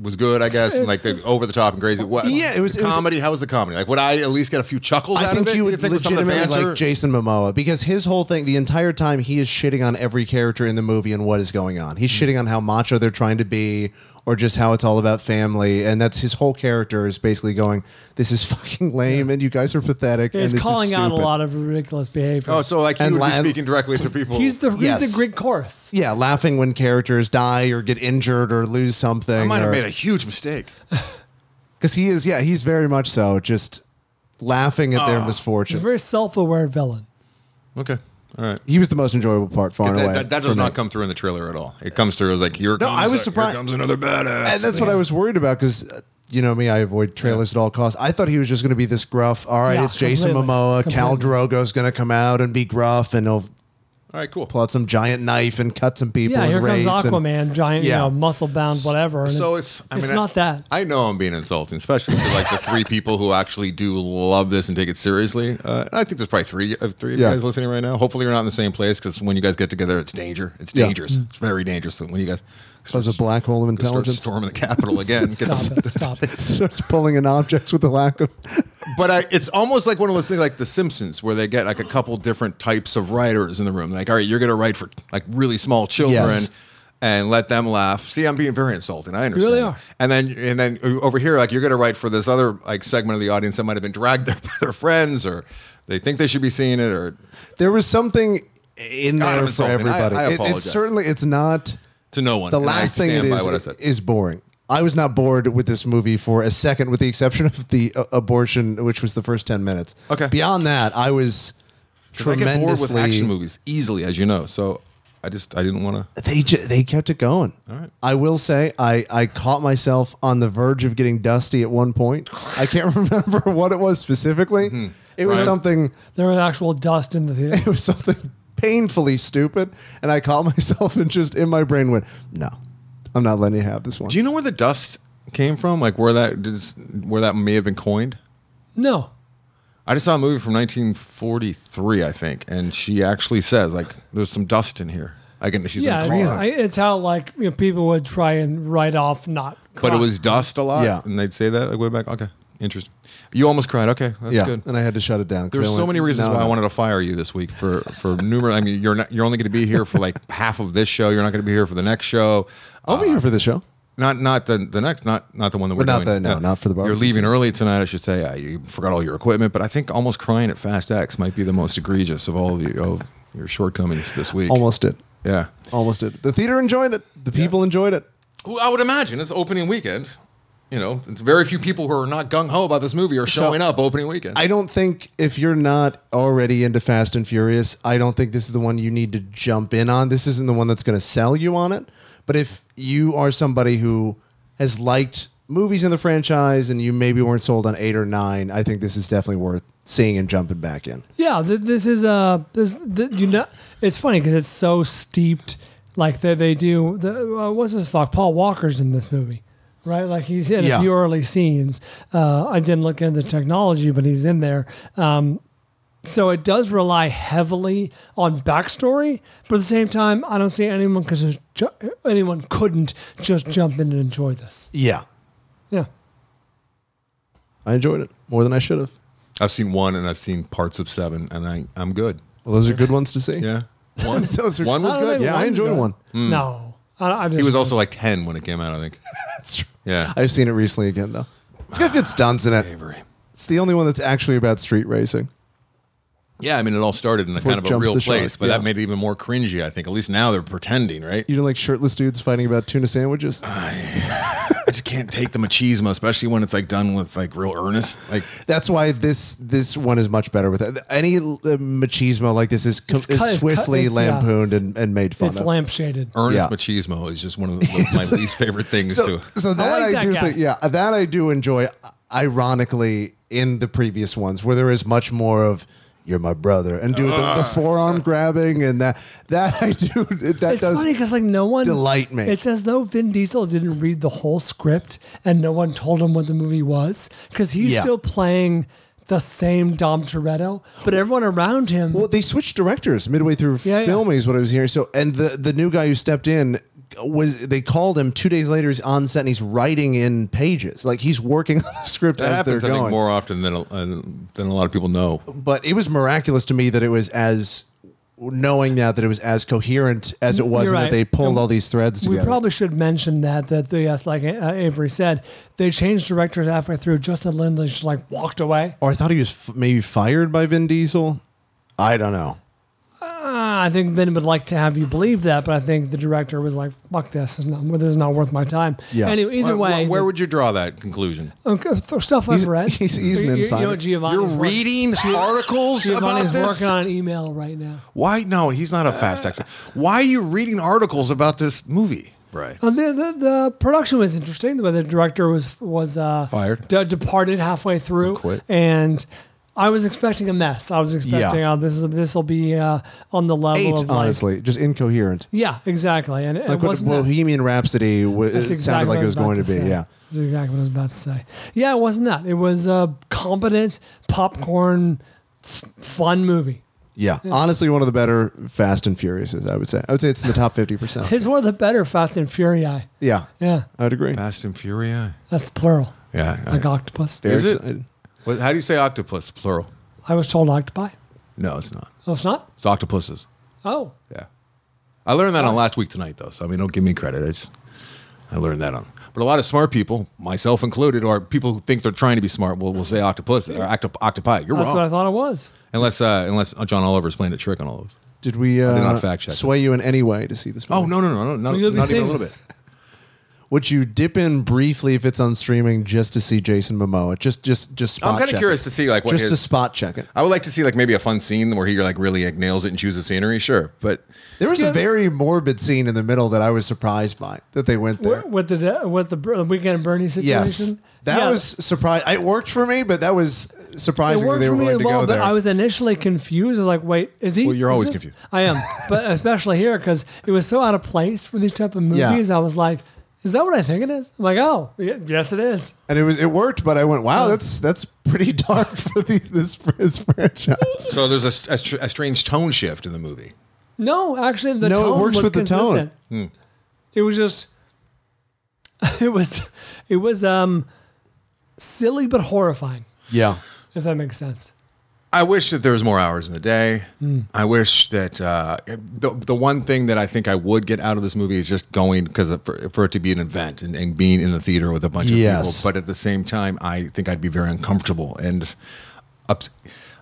Speaker 2: was good, I guess, and like the over the top and crazy. What?
Speaker 3: Yeah, it was-
Speaker 2: the
Speaker 3: it was-
Speaker 2: comedy. how was the comedy? Like, would I at least get a few chuckles out
Speaker 3: I
Speaker 2: of
Speaker 3: think you
Speaker 2: it? Do
Speaker 3: would
Speaker 2: think with some of the
Speaker 3: legitimately
Speaker 2: banter?
Speaker 3: like Jason Momoa because his whole thing, the entire time, he is shitting on every character in the movie and what is going on. He's
Speaker 2: Mm.
Speaker 3: shitting on how macho they're trying to be, or just how it's all about family, and that's his whole character is basically going, "This is fucking lame, and you guys are pathetic." and
Speaker 1: It's
Speaker 3: this
Speaker 1: calling
Speaker 3: is
Speaker 1: out a
Speaker 3: stupid."
Speaker 1: lot of ridiculous behavior.
Speaker 2: Oh, so like he
Speaker 3: And
Speaker 2: would be
Speaker 3: la-
Speaker 2: speaking directly to people.
Speaker 1: he's the he's
Speaker 3: yes.
Speaker 1: the Greek chorus.
Speaker 3: Yeah, laughing when characters die or get injured or lose something.
Speaker 2: I might have made a huge mistake.
Speaker 3: because he is. Yeah, he's very much so just laughing at their misfortune.
Speaker 1: He's a very self-aware villain.
Speaker 2: Okay, all right.
Speaker 3: he was the most enjoyable part far and
Speaker 2: That,
Speaker 3: away.
Speaker 2: that, that does
Speaker 3: for me.
Speaker 2: not come through in the trailer at all. It comes through as like here
Speaker 3: No,
Speaker 2: comes,
Speaker 3: I was
Speaker 2: a-
Speaker 3: surprised-
Speaker 2: Here comes another badass.
Speaker 3: and that's what I was worried about because you know me, I avoid trailers at all costs. I thought he was just going to be this gruff. All right,
Speaker 1: Yeah,
Speaker 3: it's Jason
Speaker 1: completely.
Speaker 3: Momoa. Cal
Speaker 1: Completely.
Speaker 3: Drogo's going to come out and be gruff, and he'll
Speaker 2: All right, cool.
Speaker 3: pull out some giant knife and cut some people.
Speaker 1: Yeah,
Speaker 3: and
Speaker 1: here comes
Speaker 3: race and-
Speaker 1: Aquaman, giant,
Speaker 3: Yeah.
Speaker 1: you know, muscle bound, whatever. and
Speaker 2: So
Speaker 1: it-
Speaker 2: it's I
Speaker 1: it's
Speaker 2: mean, I-
Speaker 1: not that.
Speaker 2: I know I'm being insulting, especially to like the three people who actually do love this and take it seriously. Uh, I think there's probably three of three of
Speaker 3: Yeah.
Speaker 2: you guys listening right now. Hopefully, you're not in the same place because when you guys get together, it's danger. It's
Speaker 3: Yeah.
Speaker 2: dangerous.
Speaker 1: Mm.
Speaker 2: It's very dangerous. So when you guys
Speaker 3: There's a black hole of
Speaker 2: start
Speaker 3: intelligence.
Speaker 2: storming the Capitol again, gets-
Speaker 1: Stop it! Stop it!
Speaker 3: Starts pulling in objects with the lack of.
Speaker 2: but I, it's almost like one of those things like The Simpsons, where they get like a couple different types of writers in the room. Like, all right, you're going to write for like really small children.
Speaker 3: Yes.
Speaker 2: And let them laugh. See, I'm being very insulting. I understand.
Speaker 1: really are.
Speaker 2: And then, and then uh, over here, like you're going to write for this other like segment of the audience that might have been dragged there by their friends, or they think they should be seeing it, or
Speaker 3: There was something in
Speaker 2: God,
Speaker 3: there
Speaker 2: I'm
Speaker 3: for
Speaker 2: insulting. I-
Speaker 3: everybody.
Speaker 2: I
Speaker 3: It-
Speaker 2: apologize.
Speaker 3: it's certainly it's not.
Speaker 2: to no one.
Speaker 3: The
Speaker 2: And I
Speaker 3: last thing it
Speaker 2: stand by what I
Speaker 3: is
Speaker 2: said.
Speaker 3: is boring. I was not bored with this movie for a second, with the exception of the uh, abortion, which was the first ten minutes.
Speaker 2: Okay.
Speaker 3: Beyond that, I was
Speaker 2: 'Cause I get bored with
Speaker 3: tremendously.
Speaker 2: action movies easily, as you know. So I just I didn't want to.
Speaker 3: They ju- they kept it going. All right. I will say, I I caught myself on the verge of getting dusty at one point. I can't remember what it was specifically. It was
Speaker 2: Mm-hmm. Brian?
Speaker 3: something.
Speaker 1: There was actual dust in the
Speaker 3: It
Speaker 1: theater.
Speaker 3: was something painfully stupid, and I caught myself and just in my brain went, "No, I'm not letting you have this one."
Speaker 2: Do you know where the dust came from? Like where that did, where that may have been coined?
Speaker 1: No,
Speaker 2: I just saw a movie from 1943, I think, and she actually says like, "There's some dust in here." Again, she's
Speaker 1: yeah,
Speaker 2: in
Speaker 1: it's,
Speaker 2: a
Speaker 1: I,
Speaker 2: car,
Speaker 1: it's how like you know, people would try and write off not.
Speaker 2: but it
Speaker 1: crime.
Speaker 2: was dust a lot,
Speaker 3: Yeah.
Speaker 2: and they'd say that like way back. Okay, interesting. You almost cried. Okay, that's
Speaker 3: yeah,
Speaker 2: good.
Speaker 3: and I had to shut it down. 'cause I
Speaker 2: There's so
Speaker 3: went,
Speaker 2: many reasons
Speaker 3: "No,
Speaker 2: why I
Speaker 3: no."
Speaker 2: wanted to fire you this week for for numerous. I mean, you're not you're only going to be here for like half of this show. You're not going to be here for the next show.
Speaker 3: I'll be here for the show.
Speaker 2: Not not the the next not not the one that we're
Speaker 3: But not
Speaker 2: doing.
Speaker 3: the- no, not for the
Speaker 2: You're
Speaker 3: barbecue
Speaker 2: leaving
Speaker 3: season.
Speaker 2: early tonight. I should say uh, you forgot all your equipment, but I think almost crying at Fast X might be the most egregious of all of your, of your shortcomings this week.
Speaker 3: Almost did.
Speaker 2: yeah.
Speaker 3: Almost did. The theater enjoyed it. The people enjoyed it.
Speaker 2: Well, I would imagine it's opening weekend. You know, it's very few people who are not gung ho about this movie are
Speaker 3: So,
Speaker 2: showing up opening weekend.
Speaker 3: I don't think if you're not already into Fast and Furious, I don't think this is the one you need to jump in on. This isn't the one that's going to sell you on it. But if you are somebody who has liked movies in the franchise and you maybe weren't sold on eight or nine, I think this is definitely worth seeing and jumping back in.
Speaker 1: Yeah, th- this is uh this th- you know it's funny because it's so steeped like they they do the uh, what's his fuck Paul Walker's in this movie, right? Like he's in
Speaker 3: Yeah.
Speaker 1: a few early scenes. Uh, I didn't look into the technology, but he's in there. Um, so it does rely heavily on backstory, but at the same time, I don't see anyone because anyone couldn't just jump in and enjoy this.
Speaker 3: Yeah.
Speaker 1: Yeah.
Speaker 3: I enjoyed it more than I should have.
Speaker 2: I've seen one and I've seen parts of seven, and I I'm good.
Speaker 3: Well, those are good ones to see.
Speaker 2: Yeah. One,
Speaker 3: Those are-
Speaker 2: one was
Speaker 1: I don't
Speaker 2: good.
Speaker 1: think
Speaker 3: Yeah, I
Speaker 1: one's
Speaker 3: enjoyed
Speaker 1: good.
Speaker 3: one. Hmm.
Speaker 1: No, I, I just,
Speaker 2: He was also like 10 when it came out, I think.
Speaker 3: That's true.
Speaker 2: Yeah.
Speaker 3: I've seen it recently again, though. It's got good stunts in it. It's the only one that's actually about street racing.
Speaker 2: Yeah, I mean, it all started in a
Speaker 3: Before
Speaker 2: kind
Speaker 3: it
Speaker 2: of a
Speaker 3: jumps
Speaker 2: real
Speaker 3: the shark,
Speaker 2: place, but
Speaker 3: yeah.
Speaker 2: that made it even more cringy, I think. At least now they're pretending, right?
Speaker 3: You know, like shirtless dudes fighting about tuna sandwiches.
Speaker 2: I just can't take the machismo, especially when it's like done with like real earnest. Like,
Speaker 3: That's why this this one is much better with it. Any uh, machismo like this is, com-
Speaker 1: It's cut-
Speaker 3: is
Speaker 1: it's
Speaker 3: swiftly
Speaker 1: cut- it's- yeah.
Speaker 3: lampooned and, and made fun
Speaker 1: it's
Speaker 3: of.
Speaker 1: lampshaded.
Speaker 2: earnest
Speaker 3: Yeah.
Speaker 2: machismo is just one of the, my least favorite things,
Speaker 3: so,
Speaker 2: too.
Speaker 3: so that I,
Speaker 1: like that
Speaker 3: do
Speaker 1: guy.
Speaker 3: think, yeah, that I do enjoy. uh, Ironically, in the previous ones, where there is much more of "you're my brother" and do the, the forearm grabbing and that that I do that
Speaker 1: It's
Speaker 3: does
Speaker 1: funny because like no one
Speaker 3: delight me.
Speaker 1: It's as though Vin Diesel didn't read the whole script and no one told him what the movie was because he's
Speaker 3: Yeah.
Speaker 1: still playing the same Dom Toretto, but everyone around him.
Speaker 3: Well, they switched directors midway through
Speaker 1: Yeah, yeah.
Speaker 3: filming is what I was hearing. So, and the the new guy who stepped in was they called him two days later. He's on set and he's writing in pages, like he's working on the script
Speaker 2: That
Speaker 3: as
Speaker 2: happens, I
Speaker 3: they're
Speaker 2: think,
Speaker 3: going.
Speaker 2: more often than a, uh, than a lot of people know.
Speaker 3: But it was miraculous to me that it was as knowing now that it was as coherent as it was,
Speaker 1: You're
Speaker 3: and
Speaker 1: right.
Speaker 3: that they pulled
Speaker 1: And
Speaker 3: all these threads
Speaker 1: we
Speaker 3: together.
Speaker 1: probably should mention that that the yes, like uh, Avery said, they changed directors halfway through. Justin Lin just like walked away.
Speaker 3: or I thought he was f- maybe fired by Vin Diesel. I don't know.
Speaker 1: Ah, I think Vin would like to have you believe that, but I think the director was like, "Fuck this! It's not, this is not worth my time."
Speaker 3: Yeah.
Speaker 1: Anyway, either
Speaker 2: Wh- wh-
Speaker 1: way,
Speaker 2: where
Speaker 1: the-
Speaker 2: would you draw that conclusion?
Speaker 1: okay, so stuff I've
Speaker 3: He's-
Speaker 1: read.
Speaker 3: he's- he's an
Speaker 1: You- you-
Speaker 3: insider.
Speaker 1: You know, Giovanni's
Speaker 2: You're
Speaker 1: work-
Speaker 2: reading articles about
Speaker 1: Giovanni's
Speaker 2: this?
Speaker 1: working on an email right now.
Speaker 2: Why? No, he's not a fast actor. Why are you reading articles about this movie, Right.
Speaker 1: Uh, the, the the production was interesting. The way the director was was uh,
Speaker 2: Fired.
Speaker 1: de- departed halfway through,
Speaker 2: quit.
Speaker 1: and I was expecting a mess. I was expecting
Speaker 3: Yeah.
Speaker 1: oh, this is this will be uh, on the level
Speaker 3: Eight,
Speaker 1: of like-
Speaker 3: honestly, just incoherent.
Speaker 1: yeah, exactly. And
Speaker 3: Like
Speaker 1: it
Speaker 3: what
Speaker 1: wasn't that-
Speaker 3: Bohemian Rhapsody w-
Speaker 1: That's
Speaker 3: it sounded like it
Speaker 1: what I
Speaker 3: was going to
Speaker 1: about
Speaker 3: be.
Speaker 1: say.
Speaker 3: Yeah.
Speaker 1: That's exactly what I was about to say. Yeah, it wasn't that. It was a competent popcorn f- fun movie.
Speaker 3: Yeah. Honestly, one of the better Fast and Furiouses, I would say. I would say it's in the top 50%.
Speaker 1: It's one of the better Fast and Fury.
Speaker 3: yeah.
Speaker 1: Yeah,
Speaker 3: I would agree.
Speaker 2: Fast and Furious.
Speaker 1: that's plural.
Speaker 2: Yeah. I-
Speaker 1: Like octopus.
Speaker 3: Very
Speaker 2: Is it?
Speaker 3: excited.
Speaker 2: What- how do you say octopus, plural?
Speaker 1: I was told octopi.
Speaker 2: No, it's not.
Speaker 1: Oh, it's not.
Speaker 2: It's octopuses.
Speaker 1: Oh,
Speaker 2: Yeah. I learned that on last week tonight, though. So, I mean, don't give me credit. I, just, I learned that on. But a lot of smart people, myself included, or people who think they're trying to be smart, will, will say octopus or octop- octopi. You're
Speaker 1: that's
Speaker 2: wrong.
Speaker 1: what I thought it was.
Speaker 2: Unless uh, unless John Oliver's playing a trick on all of us.
Speaker 3: Did we uh,
Speaker 2: did not fact check
Speaker 3: sway you in any way to see this movie?
Speaker 2: Oh, no, no, no, no. Not,
Speaker 1: Well, you'll be
Speaker 2: not even a
Speaker 1: seeing
Speaker 2: little bit.
Speaker 1: this.
Speaker 3: Would you dip in briefly if it's on streaming just to see Jason Momoa? Just, just, just spot
Speaker 2: I'm kinda
Speaker 3: check
Speaker 2: curious
Speaker 3: it.
Speaker 2: to see, like, what
Speaker 3: Just to
Speaker 2: his-
Speaker 3: spot check it.
Speaker 2: I would like to see like maybe a fun scene where he like really like, nails it and chooses scenery, sure. But
Speaker 3: There was a
Speaker 1: Excuse-
Speaker 3: very morbid scene in the middle that I was surprised by that they went there.
Speaker 1: With with the de- with the Bur- weekend Bernie situation.
Speaker 3: Yes. That
Speaker 1: Yeah.
Speaker 3: was surprising. It worked for me, but that was
Speaker 1: It
Speaker 3: surprising that
Speaker 1: worked
Speaker 3: they
Speaker 1: for
Speaker 3: were
Speaker 1: me
Speaker 3: willing
Speaker 1: as
Speaker 3: to go
Speaker 1: well, but
Speaker 3: there.
Speaker 1: I was initially confused. I was like, "Wait, is he?"
Speaker 2: Well, you're
Speaker 1: is
Speaker 2: always
Speaker 1: this-
Speaker 2: confused.
Speaker 1: I am, but especially here because it was so out of place for these type of
Speaker 3: Yeah.
Speaker 1: movies. I was like, Is that what I think it is? I'm like, oh, y- yes, it is.
Speaker 3: and it was it worked. But I went, wow, that's that's pretty dark for the, this this franchise.
Speaker 2: So there's a, st- a, str- a strange tone shift in the movie.
Speaker 1: No, actually, the
Speaker 3: No, it
Speaker 1: tone
Speaker 3: works
Speaker 1: was
Speaker 3: with the tone.
Speaker 1: consistent.
Speaker 2: Hmm.
Speaker 1: It was just, it was, it was um, silly but horrifying.
Speaker 3: Yeah,
Speaker 1: If that makes sense.
Speaker 2: I wish that there was more hours in the day.
Speaker 3: Hmm.
Speaker 2: I wish that uh, the, the one thing that I think I would get out of this movie is just going because for, for it to be an event and, and being in the theater with a bunch
Speaker 3: Yes.
Speaker 2: of people. But at the same time, I think I'd be very uncomfortable and ups,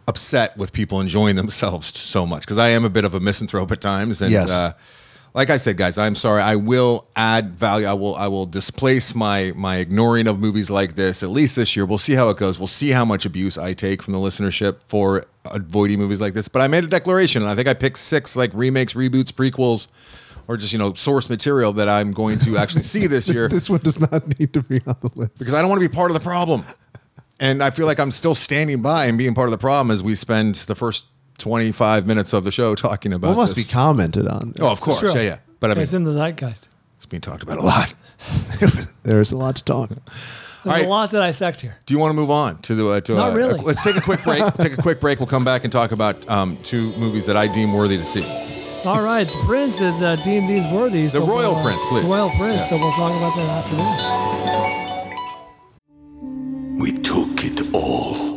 Speaker 2: upset with people enjoying themselves so much because I am a bit of a misanthrope at times. And
Speaker 3: Yes.
Speaker 2: uh, like I said, guys, I'm sorry. I will add value. I will. I will displace my my ignoring of movies like this. At least this year, we'll see how it goes. We'll see how much abuse I take from the listenership for avoiding movies like this. But I made a declaration, and I think I picked six like remakes, reboots, prequels, or just you know source material that I'm going to actually see this year
Speaker 3: this one does not need to be on the list.
Speaker 2: because I don't want to be part of the problem. And I feel like I'm still standing by and being part of the problem as we spend the first 25 minutes of the show talking about.
Speaker 3: Well, it must
Speaker 2: this.
Speaker 3: be commented on.
Speaker 2: Oh, of course,
Speaker 1: Sure.
Speaker 2: yeah, yeah. But I mean,
Speaker 1: it's in the zeitgeist.
Speaker 2: it's being talked about a lot.
Speaker 3: There's a lot to talk.
Speaker 1: There's
Speaker 2: right.
Speaker 1: a lot to dissect here.
Speaker 2: Do you want to move on to the? Uh, to,
Speaker 1: Not
Speaker 2: uh,
Speaker 1: really.
Speaker 2: uh, let's take a quick break. take a quick break. We'll come back and talk about um, two movies that I deem worthy to see.
Speaker 1: All right, the prince is uh, DMD's worthy. so
Speaker 2: royal
Speaker 1: we'll, uh,
Speaker 2: prince, please.
Speaker 1: Royal prince. So
Speaker 2: Yeah.
Speaker 1: we'll talk about that after this.
Speaker 4: We took it all.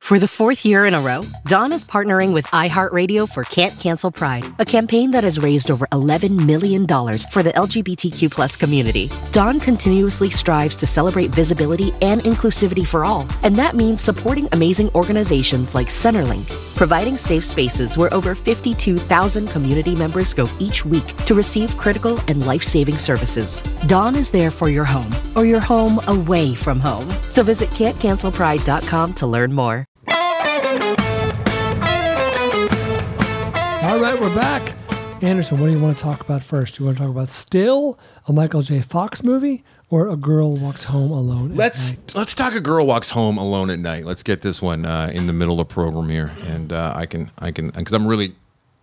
Speaker 5: For the fourth year in a row, Dawn is partnering with iHeartRadio for Can't Cancel Pride, a campaign that has raised over $11 million for the LGBTQ plus community. Dawn continuously strives to celebrate visibility and inclusivity for all, and that means supporting amazing organizations like Centerlink, providing safe spaces where over 52,000 community members go each week to receive critical and life-saving services. Dawn is there for your home, or your home away from home. So visit can'tcancelpride.com to learn more.
Speaker 1: All right, we're back. Anderson, what do you want to talk about first? Do you want to talk about still a Michael J. Fox movie or a girl walks home alone? at
Speaker 2: Let's
Speaker 1: night?
Speaker 2: let's talk. A girl walks home alone at night. Let's get this one uh, in the middle of program here, and uh, I can I can because I'm really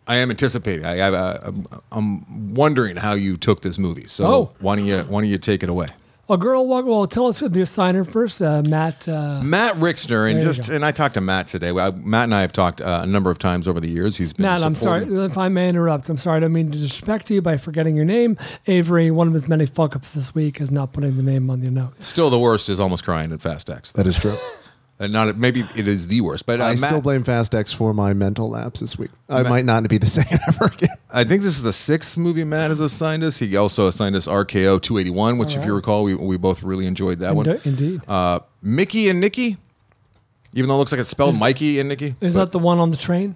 Speaker 2: I am anticipating. I, I I'm, I'm wondering how you took this movie. So
Speaker 1: Oh.
Speaker 2: why don't you why don't you take it away?
Speaker 1: a girl walk. Well, tell us the signer first, uh, Matt. Uh,
Speaker 2: Matt Rixner and
Speaker 1: There you
Speaker 2: just
Speaker 1: go.
Speaker 2: and I talked to Matt today. I, Matt and I have talked uh, a number of times over the years. He's been
Speaker 1: Matt, I'm sorry
Speaker 2: supporting-
Speaker 1: if I may interrupt. I'm sorry. I don't mean to disrespect you by forgetting your name. Avery, one of his many fuck ups this week, is not putting the name on the notes.
Speaker 2: Still, the worst is almost crying at Fast X.
Speaker 3: That is true.
Speaker 2: Uh, not maybe it is the worst, but uh,
Speaker 3: I
Speaker 2: Matt-
Speaker 3: still blame FastX for my mental lapse this week. I
Speaker 2: Ma-
Speaker 3: might not be the same ever again.
Speaker 2: I think this is the sixth movie Matt has assigned us. He also assigned us RKO 281, which,
Speaker 1: All
Speaker 2: if you
Speaker 1: right.
Speaker 2: recall, we, we both really enjoyed that one.
Speaker 1: Inde- indeed.
Speaker 2: Uh, Mickey and Nikki, even though it looks like it's spelled Mikey and Nikki.
Speaker 1: Is
Speaker 2: but
Speaker 1: that the one on the train?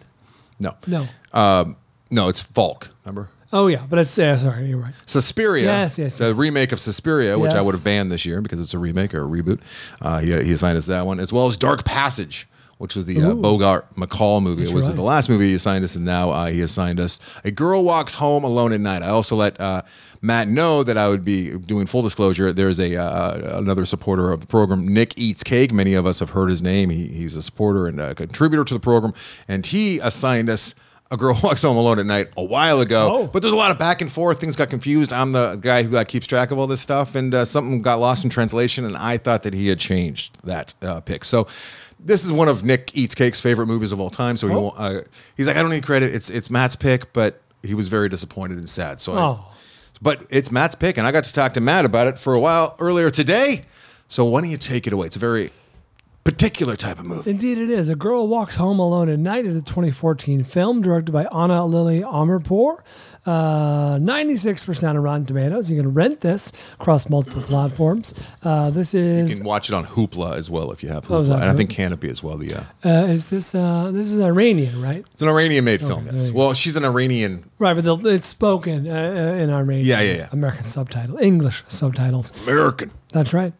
Speaker 2: no?
Speaker 1: No.
Speaker 2: Um, no, it's Falk. Remember
Speaker 1: Oh yeah, but it's yeah. Sorry, you're right.
Speaker 2: Suspiria.
Speaker 1: Yes, yes,
Speaker 2: The remake of Suspiria, which I
Speaker 1: Yes.
Speaker 2: would have banned this year because it's a remake or a reboot. Uh, he, he assigned us that one, as well as Dark Passage, which was the uh,
Speaker 1: Ooh.
Speaker 2: Bogart McCall movie.
Speaker 1: That's
Speaker 2: it was
Speaker 1: right.
Speaker 2: the last movie he assigned us, and now uh, he assigned us A Girl Walks Home Alone at Night. I also let uh, Matt know that I would be doing full disclosure. There's a uh, another supporter of the program, Nick Eats Cake. Many of us have heard his name. He, he's a supporter and a contributor to the program, and he assigned us. A girl walks home alone at night a while ago,
Speaker 1: Oh.
Speaker 2: but there's a lot of back and forth. Things got confused. I'm the guy who uh, keeps track of all this stuff, and uh, something got lost in translation, and I thought that he had changed that uh, pick. So this is one of Nick Eats Cake's favorite movies of all time. So he
Speaker 1: Oh.
Speaker 2: won't, uh, he's like, I don't need credit. It's it's Matt's pick, but he was very disappointed and sad. So, I-
Speaker 1: Oh.
Speaker 2: but it's Matt's pick, and I got to talk to Matt about it for a while earlier today. So why don't you take it away? It's a very particular type of movie.
Speaker 1: Indeed, it is. A Girl Walks Home Alone at Night is a 2014 film directed by Anna Lily Amirpour. Uh, 96% on Rotten Tomatoes. You can rent this across multiple platforms. Uh, this
Speaker 2: You
Speaker 1: is
Speaker 2: can watch it on Hoopla as well if you have
Speaker 1: Oh, is
Speaker 2: Hoopla,
Speaker 1: that
Speaker 2: and I
Speaker 1: true?
Speaker 2: think Canopy as well. The uh,
Speaker 1: uh, is this uh, this is Iranian, right?
Speaker 2: It's an Iranian made
Speaker 1: Okay,
Speaker 2: film.
Speaker 1: there
Speaker 2: Yes.
Speaker 1: you
Speaker 2: Well, she's an Iranian.
Speaker 1: Right, but the, it's spoken uh, uh, in Armenian.
Speaker 2: Yeah, yeah,
Speaker 1: It's
Speaker 2: yeah.
Speaker 1: American subtitle, English subtitles.
Speaker 2: American.
Speaker 1: That's right.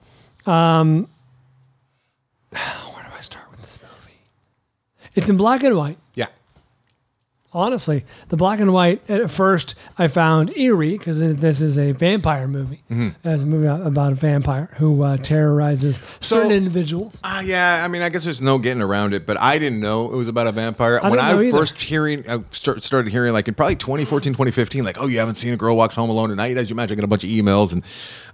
Speaker 1: Um, where do I start with this movie? It's in black and white.
Speaker 2: Yeah.
Speaker 1: Honestly, the black and white at first I found eerie because this is a vampire movie.
Speaker 2: Mm-hmm.
Speaker 1: It's a movie about a vampire who uh, terrorizes certain individuals.
Speaker 2: Ah, yeah. I mean, I guess there's no getting around it, but I didn't know it was about a vampire.
Speaker 1: I
Speaker 2: when
Speaker 1: didn't
Speaker 2: I
Speaker 1: know either.
Speaker 2: first hearing, I start, started hearing like in probably 2014, 2015, like, oh, you haven't seen A Girl Walks Home Alone tonight? As you imagine, I get a bunch of emails and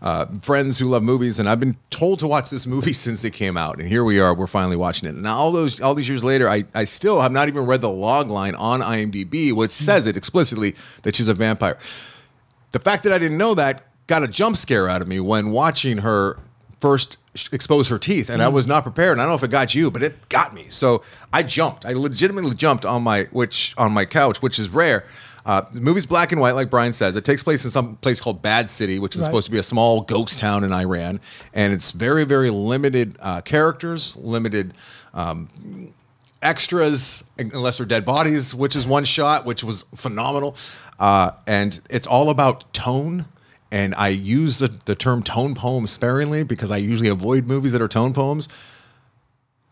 Speaker 2: uh, friends who love movies, and I've been told to watch this movie since it came out, and here we are. We're finally watching it. And all those, all these years later, I, I still have not even read the log line on IMDb, which
Speaker 1: Hmm.
Speaker 2: says it explicitly that she's a vampire. the fact that I didn't know that got a jump scare out of me when watching her first sh- expose her teeth, and I was not prepared. And I don't know if it got you, but it got me. So I jumped. I legitimately jumped on my which on my couch, which is rare. Uh, the movie's black and white, like Brian says. It takes place in some place called Bad City, which is
Speaker 6: Right.
Speaker 2: supposed to be a small ghost town in Iran, and it's very, very limited uh, characters, limited um, extras unless they're dead bodies which is one shot which was phenomenal uh, and it's all about tone and i use the, the term tone poem sparingly because i usually avoid movies that are tone poems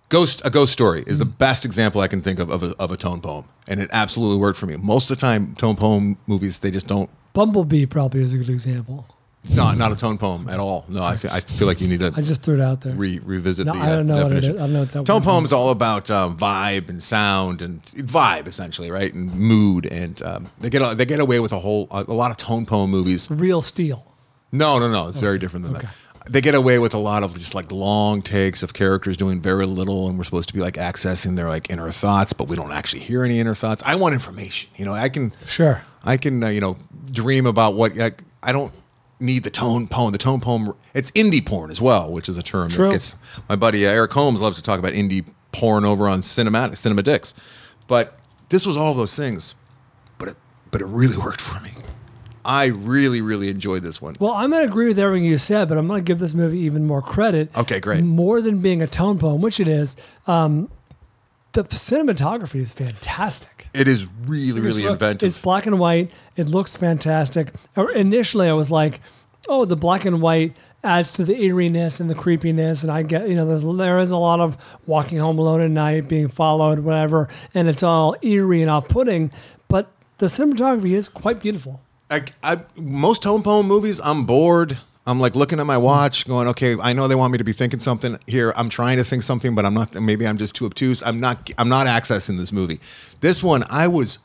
Speaker 2: ghost a ghost story is the best example i can think of of a, of a tone poem and it absolutely worked for me most of the time tone poem movies they just don't
Speaker 1: Bumblebee probably is a good example.
Speaker 2: not not a tone poem at all no I, fe- I feel like you need to
Speaker 1: I just threw it out there.
Speaker 2: re- revisit
Speaker 1: No,
Speaker 2: the
Speaker 1: I
Speaker 2: uh,
Speaker 1: don't know what it
Speaker 2: definition.
Speaker 1: is. I don't know what that
Speaker 2: Tone
Speaker 1: word
Speaker 2: poem's all about uh, vibe and sound and vibe essentially, right? And mood and um, they get they get away with a whole a, lot of tone poem movies.
Speaker 1: Real Steel.
Speaker 2: No, no, no. It's very different than that. They get away with a lot of just like long takes of characters doing very little, and we're supposed to be like accessing their like inner thoughts, but we don't actually hear any inner thoughts. I want information. You know, I can
Speaker 1: Sure.
Speaker 2: I can, uh, you know, dream about what like, I don't need the tone poem. The tone poem, it's indie porn as well, which is a term
Speaker 1: True.
Speaker 2: that gets my buddy uh, Eric Holmes loves to talk about indie porn over on cinematic cinema dicks. But this was all of those things, but it, but it really worked for me. I really really enjoyed this one.
Speaker 1: Well, I'm going to agree with everything you said, but I'm going to give this movie even more credit.
Speaker 2: Okay, great.
Speaker 1: More than being a tone poem, which it is, um, the cinematography is fantastic.
Speaker 2: It is really
Speaker 1: It was
Speaker 2: really
Speaker 1: rough.
Speaker 2: inventive.
Speaker 1: It's black and white. It looks fantastic. Or- Initially, I was like, "Oh, the black and white adds to the eeriness and the creepiness." And I get, you know, there's there is a lot of walking home alone at night, being followed, whatever, and it's all eerie and off-putting. But the cinematography is quite beautiful.
Speaker 2: I, I most tone poem movies, I'm bored. I'm like looking at my watch, going, okay, I know they want me to be thinking something here. I'm trying to think something, but I'm not. Maybe I'm just too obtuse. I'm not. I'm not accessing this movie. This one, I was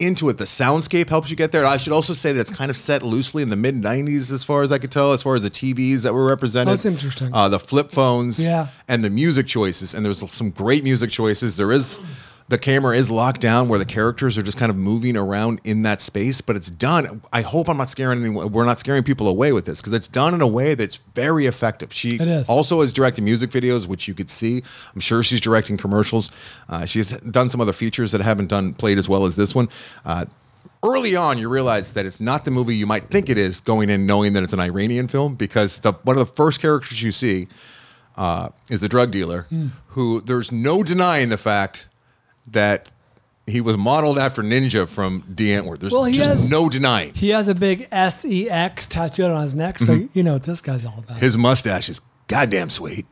Speaker 2: into it. The soundscape helps you get there. I should also say that it's kind of set loosely in the mid '90s, as far as I could tell, as far as the TVs that were represented.
Speaker 1: That's interesting.
Speaker 2: Uh, the flip phones
Speaker 1: Yeah.
Speaker 2: and the music choices, and there's some great music choices. There is the camera is locked down where the characters are just kind of moving around in that space, but it's done. I hope I'm not scaring anyone. We're not scaring people away with this because it's done in a way that's very effective. She
Speaker 1: It is.
Speaker 2: also has directed music videos, which you could see. I'm sure she's directing commercials. Uh, she's done some other features that haven't done played as well as this one. Uh, early on, you realize that it's not the movie you might think it is going in, knowing that it's an Iranian film because the, one of the first characters you see uh, is a drug dealer
Speaker 1: Mm.
Speaker 6: Hmm.
Speaker 2: who there's no denying the fact that he was modeled after Ninja from D. Antwoord. There's
Speaker 1: Well, he
Speaker 2: just
Speaker 1: has-
Speaker 2: no denying.
Speaker 1: He has a big S E X tattooed on his neck,
Speaker 2: Mm-hmm.
Speaker 1: so you know what this guy's all about.
Speaker 2: His mustache is goddamn sweet.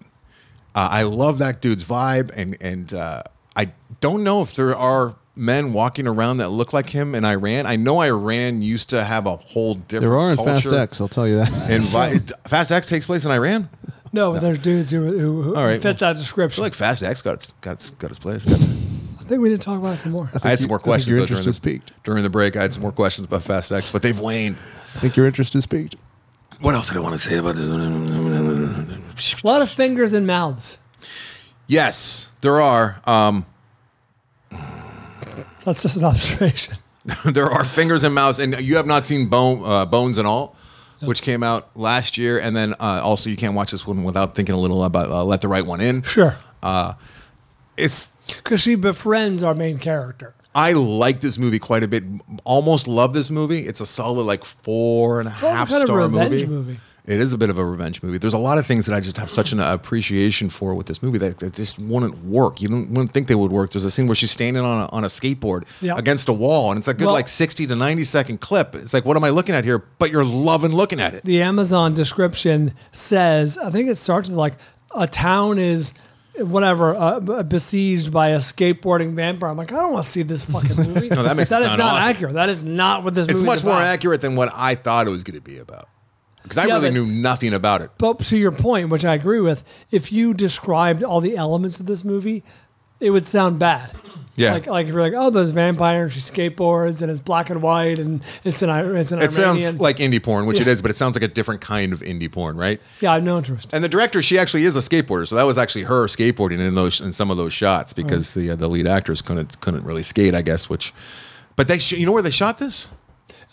Speaker 2: Uh, I love that dude's vibe, and and uh, I don't know if there are men walking around that look like him in Iran. I know Iran used to have a whole different.
Speaker 3: There are in
Speaker 2: culture.
Speaker 3: Fast X, I'll tell you that.
Speaker 2: And vi- Fast X takes place in Iran.
Speaker 1: No, but there's dudes who, who, who
Speaker 2: All right,
Speaker 1: fit that description.
Speaker 2: I feel like Fast X got its, got its, got its place. Got its-
Speaker 1: I think we need to talk about it some more.
Speaker 2: I, had some more questions.
Speaker 3: your
Speaker 2: though,
Speaker 3: interest
Speaker 2: during
Speaker 3: is
Speaker 2: the, During the break, I had some more questions about Fast X, but they've waned.
Speaker 3: I think your interest is piqued.
Speaker 2: What else did I want to say about this?
Speaker 1: A lot of fingers and mouths.
Speaker 2: Yes, there are. Um,
Speaker 1: That's just an observation.
Speaker 2: there are fingers and mouths, and you have not seen Bone, uh, Bones and All, which came out last year, and then uh, also you can't watch this one without thinking a little about uh, Let the Right One In.
Speaker 1: Sure.
Speaker 2: Uh, it's
Speaker 1: Because she befriends our main character.
Speaker 2: I like this movie quite a bit. Almost love this movie. It's a solid like four and a
Speaker 1: It's also
Speaker 2: half
Speaker 1: kind of a
Speaker 2: star
Speaker 1: revenge
Speaker 2: movie.
Speaker 1: movie.
Speaker 2: It is a bit of a revenge movie. There's a lot of things that I just have such an appreciation for with this movie that, that just wouldn't work. You don't, wouldn't think they would work. There's a scene where she's standing on a, on a skateboard
Speaker 6: Yeah.
Speaker 2: against a wall, and it's a good
Speaker 1: Well-
Speaker 2: like 60 to 90 second clip. It's like, what am I looking at here? But you're loving looking at it.
Speaker 1: The Amazon description says, I think it starts with like a town is whatever uh, b- besieged by a skateboarding vampire. I'm like, I don't want to see this fucking movie.
Speaker 2: No, that makes it
Speaker 1: that is
Speaker 2: sound
Speaker 1: not
Speaker 2: awesome.
Speaker 1: accurate. That is not what this
Speaker 2: It's
Speaker 1: movie.
Speaker 2: much more
Speaker 1: about.
Speaker 2: accurate than what I thought it was going to be about because I
Speaker 1: Yeah,
Speaker 2: really
Speaker 1: but-
Speaker 2: knew nothing about it.
Speaker 1: But to your point, which I agree with, if you described all the elements of this movie, it would sound bad.
Speaker 2: Yeah.
Speaker 1: Like, like if you're like, oh, those vampires, she skateboards, and it's black and white, and it's an Ir- it's an
Speaker 2: It
Speaker 1: Iranian.
Speaker 2: sounds like indie porn, which it
Speaker 1: Yeah.
Speaker 2: is, but it sounds like a different kind of indie porn, right?
Speaker 1: yeah, I have no interest.
Speaker 2: And the director, she actually is a skateboarder, so that was actually her skateboarding in those in some of those shots
Speaker 1: Oh.
Speaker 2: because the uh, the lead actress couldn't couldn't really skate, I guess. Which, but they sh- you know where they shot this?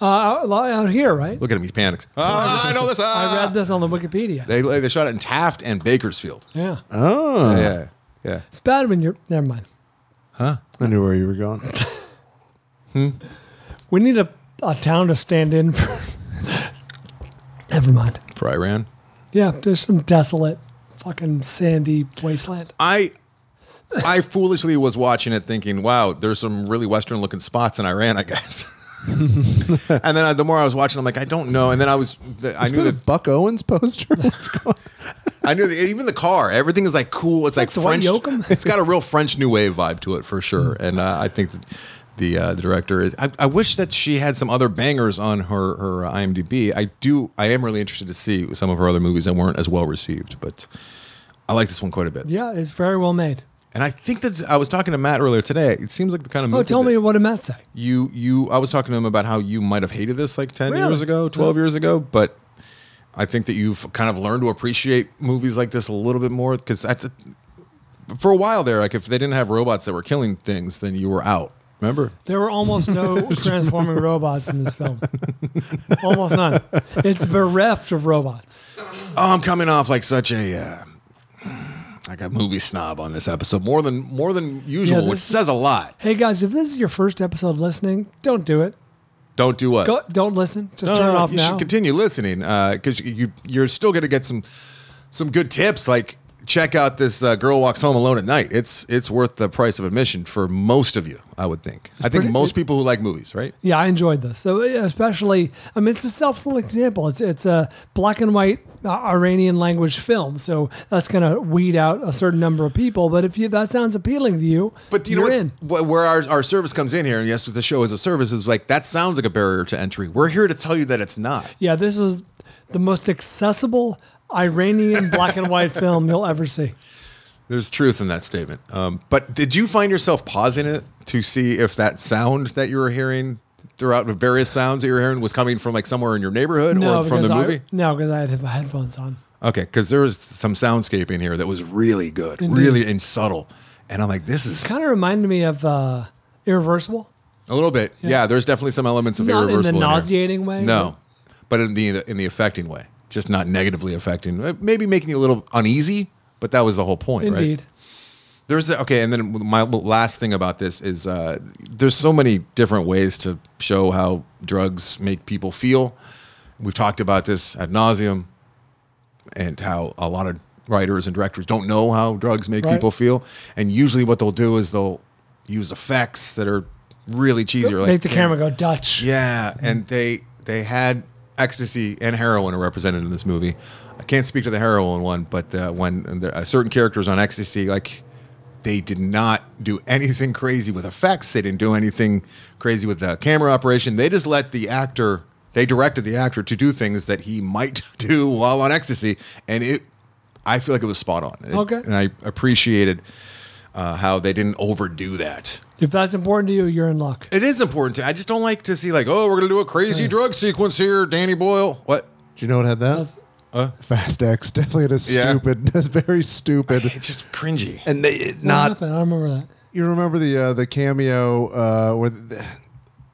Speaker 1: Uh, out out here, right?
Speaker 2: Look at him, he panicked. Uh, I know this. ah.
Speaker 1: I read this on the Wikipedia.
Speaker 2: they they shot it in Taft and Bakersfield.
Speaker 1: Yeah.
Speaker 3: Oh.
Speaker 2: yeah, yeah.
Speaker 1: It's bad when you're. Never mind.
Speaker 2: Huh?
Speaker 3: I knew where you were going.
Speaker 1: We need a, a town to stand in for. never mind.
Speaker 2: For Iran,
Speaker 1: Yeah, there's some desolate, fucking sandy wasteland.
Speaker 2: I I foolishly was watching it, thinking, "Wow, there's some really Western looking spots in Iran, I guess." and then uh, the more I was watching, I'm like, I don't know. And then I was, I
Speaker 3: Is
Speaker 2: knew
Speaker 3: that a
Speaker 2: that
Speaker 3: Buck Owens poster? What's going
Speaker 2: I knew the, even the car. Everything is like cool. It's like,
Speaker 3: Dwight
Speaker 2: French.
Speaker 3: Yoakam?
Speaker 2: It's got a real French New Wave vibe to it for sure.
Speaker 1: Hmm.
Speaker 2: And uh, I think that the uh, the director. Is, I, I wish that she had some other bangers on her her uh, IMDb. I do. I am really interested to see some of her other movies that weren't as well received, but I like this one quite a bit.
Speaker 1: Yeah, it's very well made.
Speaker 2: And I think that I was talking to Matt earlier today. It seems like the kind of
Speaker 1: Oh,
Speaker 2: movie
Speaker 1: tell
Speaker 2: that
Speaker 1: me what did Matt say?
Speaker 2: you you. I was talking to him about how you might have hated this like ten
Speaker 1: Really?
Speaker 2: years ago, twelve years ago, but I think that you've kind of learned to appreciate movies like this a little bit more because that's a, for a while there. Like if they didn't have robots that were killing things, then you were out. Remember?
Speaker 1: There were almost no transforming robots in this film. almost none. It's bereft of robots.
Speaker 2: Oh, I'm coming off like such a uh, like a movie snob on this episode more than more than usual,
Speaker 1: this-
Speaker 2: which says a lot.
Speaker 1: Hey guys, if this is your first episode listening, don't do it.
Speaker 2: Don't do what?
Speaker 1: Go, don't listen. Just
Speaker 2: No,
Speaker 1: turn
Speaker 2: no,
Speaker 1: it
Speaker 2: no,
Speaker 1: off
Speaker 2: you
Speaker 1: now.
Speaker 2: should continue listening because you you're still going to get some some good tips. Like check out this uh, girl walks home alone at night. It's it's worth the price of admission for most of you. I would think. I think
Speaker 1: pretty-
Speaker 2: most people who like movies, right?
Speaker 1: Yeah, I enjoyed this. So especially, I mean, it's a self-sold example. It's it's a black and white uh, Iranian language film, so that's gonna weed out a certain number of people. But if you that sounds appealing to you,
Speaker 2: But you
Speaker 1: are
Speaker 2: know what,
Speaker 1: in.
Speaker 2: what- where our, our service comes in here, and yes, the show is a service, is like that sounds like a barrier to entry. We're here to tell you that it's not.
Speaker 1: Yeah, this is the most accessible Iranian black and white film you'll ever see.
Speaker 2: There's truth in that statement. Um, but did you find yourself pausing it to see if that sound that you were hearing throughout the various sounds that you were hearing was coming from like somewhere in your neighborhood or from
Speaker 1: because
Speaker 2: the
Speaker 1: I-
Speaker 2: movie?
Speaker 1: no, because I had my headphones on.
Speaker 2: Okay, because there was some soundscape in here that was really good,
Speaker 1: Indeed.
Speaker 2: really and subtle, And I'm like, this is
Speaker 1: Kind of reminded me of uh, Irreversible.
Speaker 2: a little bit. Yeah, there's definitely some elements of
Speaker 1: Not in the
Speaker 2: irreversible. here.
Speaker 1: nauseating way,
Speaker 2: No, but in the in the affecting way, just not negatively affecting. Maybe making you a little uneasy, but that was the whole point, right?
Speaker 1: Indeed.
Speaker 2: There's the, okay, and then my last thing about this is uh, there's so many different ways to show how drugs make people feel. We've talked about this ad nauseum, and how a lot of writers and directors don't know how drugs make
Speaker 1: Right.
Speaker 2: people feel. And usually, what they'll do is they'll use effects that are really cheesy, or like
Speaker 1: Make the camera go Dutch.
Speaker 2: yeah, and they they had ecstasy and heroin are represented in this movie. I can't speak to the heroin one, but uh, when the, uh, certain characters on ecstasy, like they did not do anything crazy with effects. They didn't do anything crazy with the camera operation. They just let the actor. They directed the actor to do things that he might do while on ecstasy, and it. I feel like it was spot on. It-
Speaker 1: Okay.
Speaker 2: and I appreciated uh, how they didn't overdo that.
Speaker 1: If that's important to you, you're in luck.
Speaker 2: It is important to. I just don't like to see like, oh, we're gonna do a crazy
Speaker 1: Hmm.
Speaker 2: drug sequence here, Danny Boyle. What?
Speaker 3: Do you know what had that? Fast X definitely had a
Speaker 2: Yeah.
Speaker 3: stupid. That's very stupid.
Speaker 2: It's just cringy.
Speaker 3: And they, it,
Speaker 1: What
Speaker 3: not
Speaker 1: happened? I remember that.
Speaker 3: You remember the uh, the cameo uh, where the,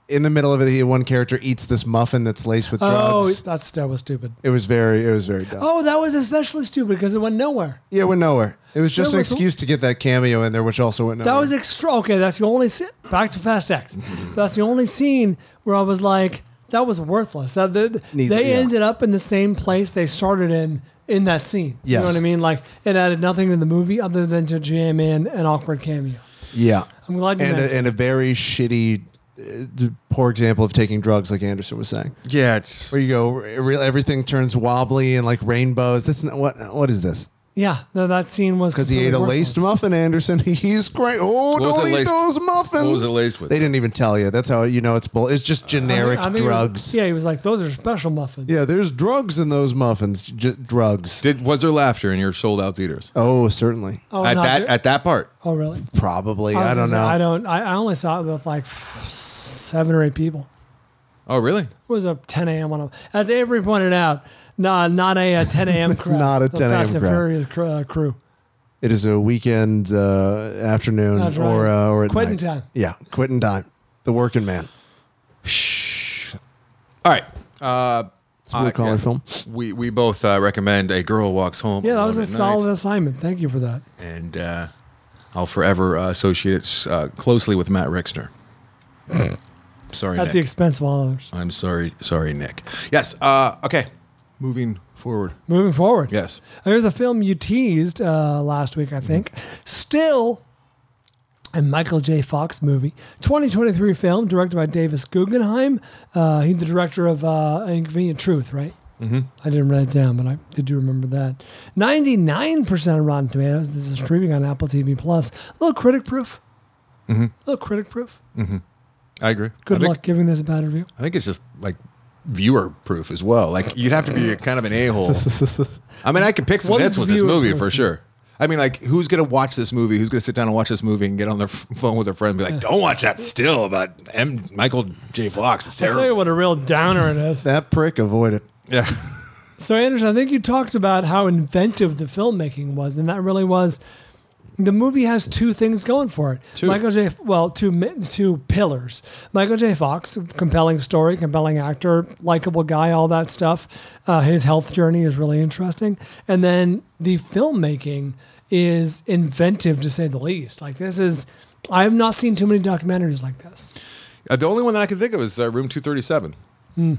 Speaker 3: in the middle of it, the one character eats this muffin that's laced with drugs.
Speaker 1: Oh, that's that was stupid.
Speaker 3: It was very it was very dumb.
Speaker 1: Oh, that was especially stupid because it went nowhere.
Speaker 3: Yeah, it went nowhere. It was just
Speaker 1: That
Speaker 3: an
Speaker 1: was-
Speaker 3: excuse to get that cameo in there, which also went nowhere.
Speaker 1: That was extra. Okay, that's the only scene. Back to Fast X. That's the only scene where I was like, that was worthless. That the,
Speaker 3: Neither-
Speaker 1: they
Speaker 3: yeah.
Speaker 1: ended up in the same place they started in in that scene. You know
Speaker 3: Yes.
Speaker 1: what I mean? Like it added nothing to the movie other than to jam in an awkward cameo.
Speaker 3: yeah.
Speaker 1: I'm glad you
Speaker 3: and a,
Speaker 1: mentioned
Speaker 3: and a very shitty, uh, d- poor example of taking drugs, like Anderson was saying.
Speaker 2: Yeah, it's
Speaker 3: where you go, re- re- everything turns wobbly and like rainbows. That's not what. What is this?
Speaker 1: Yeah, no, that scene was
Speaker 3: Because he ate a laced muffin, Anderson. He's great. Oh,
Speaker 1: What was
Speaker 3: don't
Speaker 1: it
Speaker 3: eat
Speaker 1: laced-
Speaker 3: those muffins.
Speaker 1: what was it laced Uh,
Speaker 3: They didn't even tell you. That's how you know it's bull. It's just generic drugs.
Speaker 1: yeah, he was like, those are special muffins.
Speaker 3: yeah, there's drugs in those muffins. J- drugs.
Speaker 2: Did was there laughter in your sold out theaters?
Speaker 3: Oh, certainly.
Speaker 1: Oh,
Speaker 2: at
Speaker 1: no,
Speaker 2: that
Speaker 1: there-
Speaker 2: at that part,
Speaker 1: Oh, really?
Speaker 3: probably.
Speaker 1: was
Speaker 3: I,
Speaker 1: gonna
Speaker 3: don't
Speaker 1: say,
Speaker 3: know.
Speaker 1: I don't. I, I only saw it with like seven or eight people.
Speaker 2: Oh, really?
Speaker 1: It was a 10 a.m. on a, as Avery pointed out, nah, not a, uh 10 a.m.
Speaker 3: It's
Speaker 1: crowd.
Speaker 3: not a
Speaker 1: The
Speaker 3: 10 a.m.
Speaker 1: Fast and
Speaker 3: crowd.
Speaker 1: Furious cr- uh, crew.
Speaker 3: It is a weekend uh, afternoon
Speaker 1: That's right.
Speaker 3: or uh, or at
Speaker 1: Quitting
Speaker 3: night.
Speaker 1: time.
Speaker 3: Yeah, quitting time. The working man.
Speaker 2: All right. Uh,
Speaker 3: a blue collar film.
Speaker 2: We we both uh, recommend a girl walks home.
Speaker 1: Yeah, that was
Speaker 2: Alone
Speaker 1: a
Speaker 2: at Night,
Speaker 1: solid assignment. Thank you for that.
Speaker 2: and uh, I'll forever uh, associate it uh, closely with Matt Rixner. sorry,
Speaker 1: At
Speaker 2: Nick.
Speaker 1: the expense of all others.
Speaker 2: I'm sorry, sorry, Nick. Yes. Uh, okay. Moving forward.
Speaker 1: Moving forward.
Speaker 2: Yes.
Speaker 1: There's a film you teased uh, last week, I
Speaker 2: Mm-hmm.
Speaker 1: think. Still a Michael J. Fox movie. 2023 film directed by Davis Guggenheim. Uh, he's the director of uh, Inconvenient Truth, right?
Speaker 6: Mm-hmm.
Speaker 1: I didn't write it down, but I did do remember that. 99% on Rotten Tomatoes. This
Speaker 2: Oh.
Speaker 1: is streaming on Apple TV Plus. A little critic proof.
Speaker 2: Mhm.
Speaker 1: A little critic proof.
Speaker 2: Mm-hmm. I agree.
Speaker 1: Good
Speaker 2: I think-
Speaker 1: luck giving this a bad review.
Speaker 2: I think it's just like viewer proof as well. Like you'd have to be a, kind of an a hole. I mean, I could pick some
Speaker 1: What
Speaker 2: hits
Speaker 1: is
Speaker 2: with this
Speaker 1: viewer
Speaker 2: movie
Speaker 1: proof?
Speaker 2: for sure. I mean, like who's gonna watch this movie? Who's gonna sit down and watch this movie and get on their f- phone with their friend and be like, "Don't watch that still." About M. Michael J. Fox is
Speaker 1: I'll tell
Speaker 2: terrible.
Speaker 1: you what a real downer it is.
Speaker 3: that prick avoided.
Speaker 2: Yeah.
Speaker 1: So, Anderson, I think you talked about how inventive the filmmaking was, and that really was. The movie has two things going for it. Michael J. Well, two mi- two pillars. Michael J. Fox, compelling story, compelling actor, likable guy, all that stuff. Uh, his health journey is really interesting, and then the filmmaking is inventive to say the least. Like this is, I have not seen too many documentaries like this.
Speaker 2: Uh, the only one that I can think of is uh, Room Two Thirty Seven,
Speaker 1: Hmm.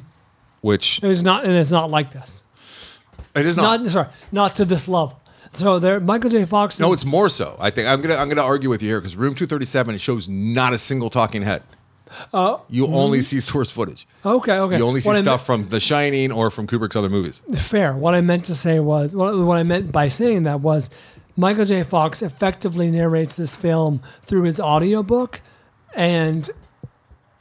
Speaker 2: which
Speaker 1: It's not, and it's not like this.
Speaker 2: it is not.
Speaker 1: Sorry, not to this level. So there, Michael J. Fox.
Speaker 2: no,
Speaker 1: is-
Speaker 2: it's more so. I think I'm gonna I'm gonna argue with you here because Room Two Thirty Seven shows not a single talking head.
Speaker 1: Oh,
Speaker 2: You only
Speaker 1: mhm.
Speaker 2: see source footage.
Speaker 1: Okay, okay.
Speaker 2: You only see
Speaker 1: What I
Speaker 2: stuff from The Shining or from Kubrick's other movies.
Speaker 1: meant- fair. What I meant to say was what, what I meant by saying that was Michael J. Fox effectively narrates this film through his audiobook and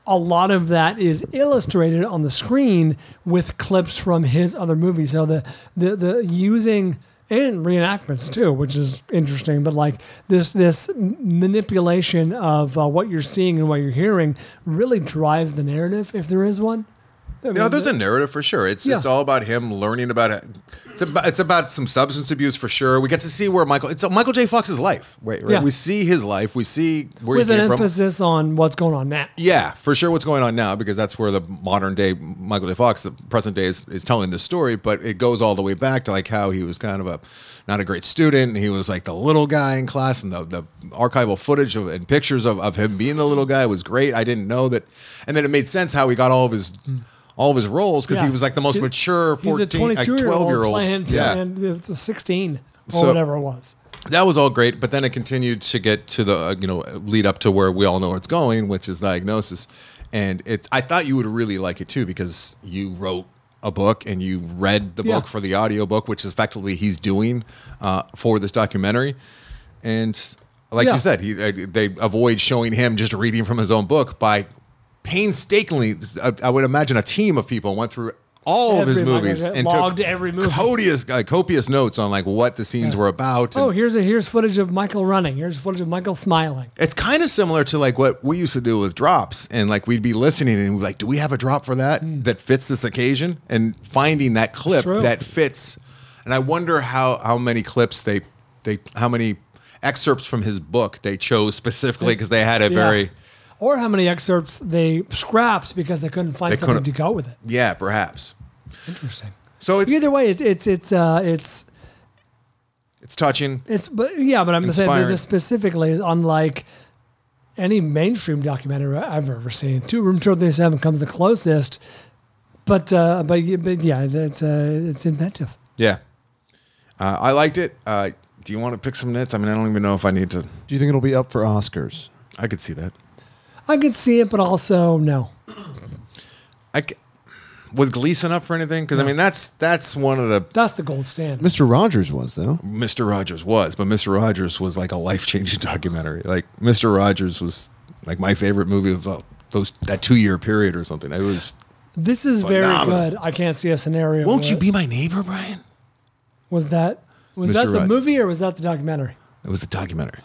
Speaker 1: a lot of that is illustrated on the screen with clips from his other movies. So the the the using and reenactments too, which is interesting. But like this this manipulation of uh, what you're seeing and what you're hearing really drives the narrative if there is one. I mean,
Speaker 2: no, there's a narrative for sure. It's it's all about him learning about it. It's about it's about some substance abuse for sure. We get to see where Michael. It's Michael J. Fox's life. Right, right.
Speaker 1: Yeah.
Speaker 2: We see his life. We see where
Speaker 1: with
Speaker 2: he
Speaker 1: an
Speaker 2: came from.
Speaker 1: emphasis on what's going on now.
Speaker 2: Yeah, for sure. What's going on now? Because that's where the modern day Michael J. Fox, the present day, is, is telling this story. But it goes all the way back to like how he was kind of a not a great student. and He was like the little guy in class, and the, the archival footage of, and pictures of, of him being the little guy was great. I didn't know that, and then it made sense how he got all of his all of his roles because
Speaker 1: Yeah.
Speaker 2: he was like the most
Speaker 1: He-
Speaker 2: mature
Speaker 1: He's a
Speaker 2: 14, like
Speaker 1: 22 year
Speaker 2: 12 year
Speaker 1: old
Speaker 2: old.
Speaker 1: playing,
Speaker 2: yeah,
Speaker 1: playing the- the 16 or
Speaker 2: So-
Speaker 1: whatever it was.
Speaker 2: that was all great, but then it continued to get to the uh, you know lead up to where we all know where it's going, which is diagnosis. And it's I thought you would really like it too because you wrote a book and you read the
Speaker 1: Yeah.
Speaker 2: book for the audiobook, which is effectively he's doing uh, for this documentary. And like
Speaker 1: Yeah.
Speaker 2: you said, he uh, they avoid showing him just reading from his own book by painstakingly. I, I would imagine a team of people went through. All of his
Speaker 1: Every- like,
Speaker 2: movies
Speaker 1: uh,
Speaker 2: and
Speaker 1: logged
Speaker 2: took
Speaker 1: every movie.
Speaker 2: copious, uh, copious notes on like what the scenes were about. and-
Speaker 1: Oh, here's a here's footage of Michael running. Here's footage of Michael smiling.
Speaker 2: it's kind of similar to like what we used to do with drops and like we'd be listening and we'd be like do we have a drop for that that fits this occasion and finding that clip
Speaker 1: Mm. true.
Speaker 2: that fits and i wonder how how many clips they they how many excerpts from his book they chose specifically because they had a
Speaker 1: Yeah.
Speaker 2: very
Speaker 1: Or how many excerpts they scrapped because they couldn't find
Speaker 2: They
Speaker 1: something to
Speaker 2: couldn't-
Speaker 1: go with it.
Speaker 2: yeah perhaps
Speaker 1: Interesting.
Speaker 2: So it's
Speaker 1: either way, it's it's it's uh, it's
Speaker 2: it's touching
Speaker 1: it's but yeah, but I'm saying
Speaker 2: Inspiring.
Speaker 1: this specifically is unlike any mainstream documentary I've ever seen. Two Room 237 comes the closest, but uh, but, y- but yeah, that's uh, it's inventive.
Speaker 2: yeah uh, i liked it uh, do you want to pick some nits i mean i don't even know if i need to
Speaker 3: Do you think it'll be up for Oscars?
Speaker 2: i could see that
Speaker 1: I could see it, but also no.
Speaker 2: i c- was gleason up for anything because i mean that's that's one of the
Speaker 1: That's the gold standard.
Speaker 3: Mr. Rogers was though.
Speaker 2: Mr. Rogers was, but Mr. Rogers was like a life changing documentary. Like Mr. Rogers was like my favorite movie of uh, those that two year period or something. It was.
Speaker 1: This is
Speaker 2: Phenomenal.
Speaker 1: very good. I can't see a scenario.
Speaker 2: Won't you
Speaker 1: where-
Speaker 2: be my neighbor, Brian?
Speaker 1: Was that was
Speaker 2: Mr.
Speaker 1: that the
Speaker 2: Rogers.
Speaker 1: movie or was that the documentary?
Speaker 2: It was a documentary.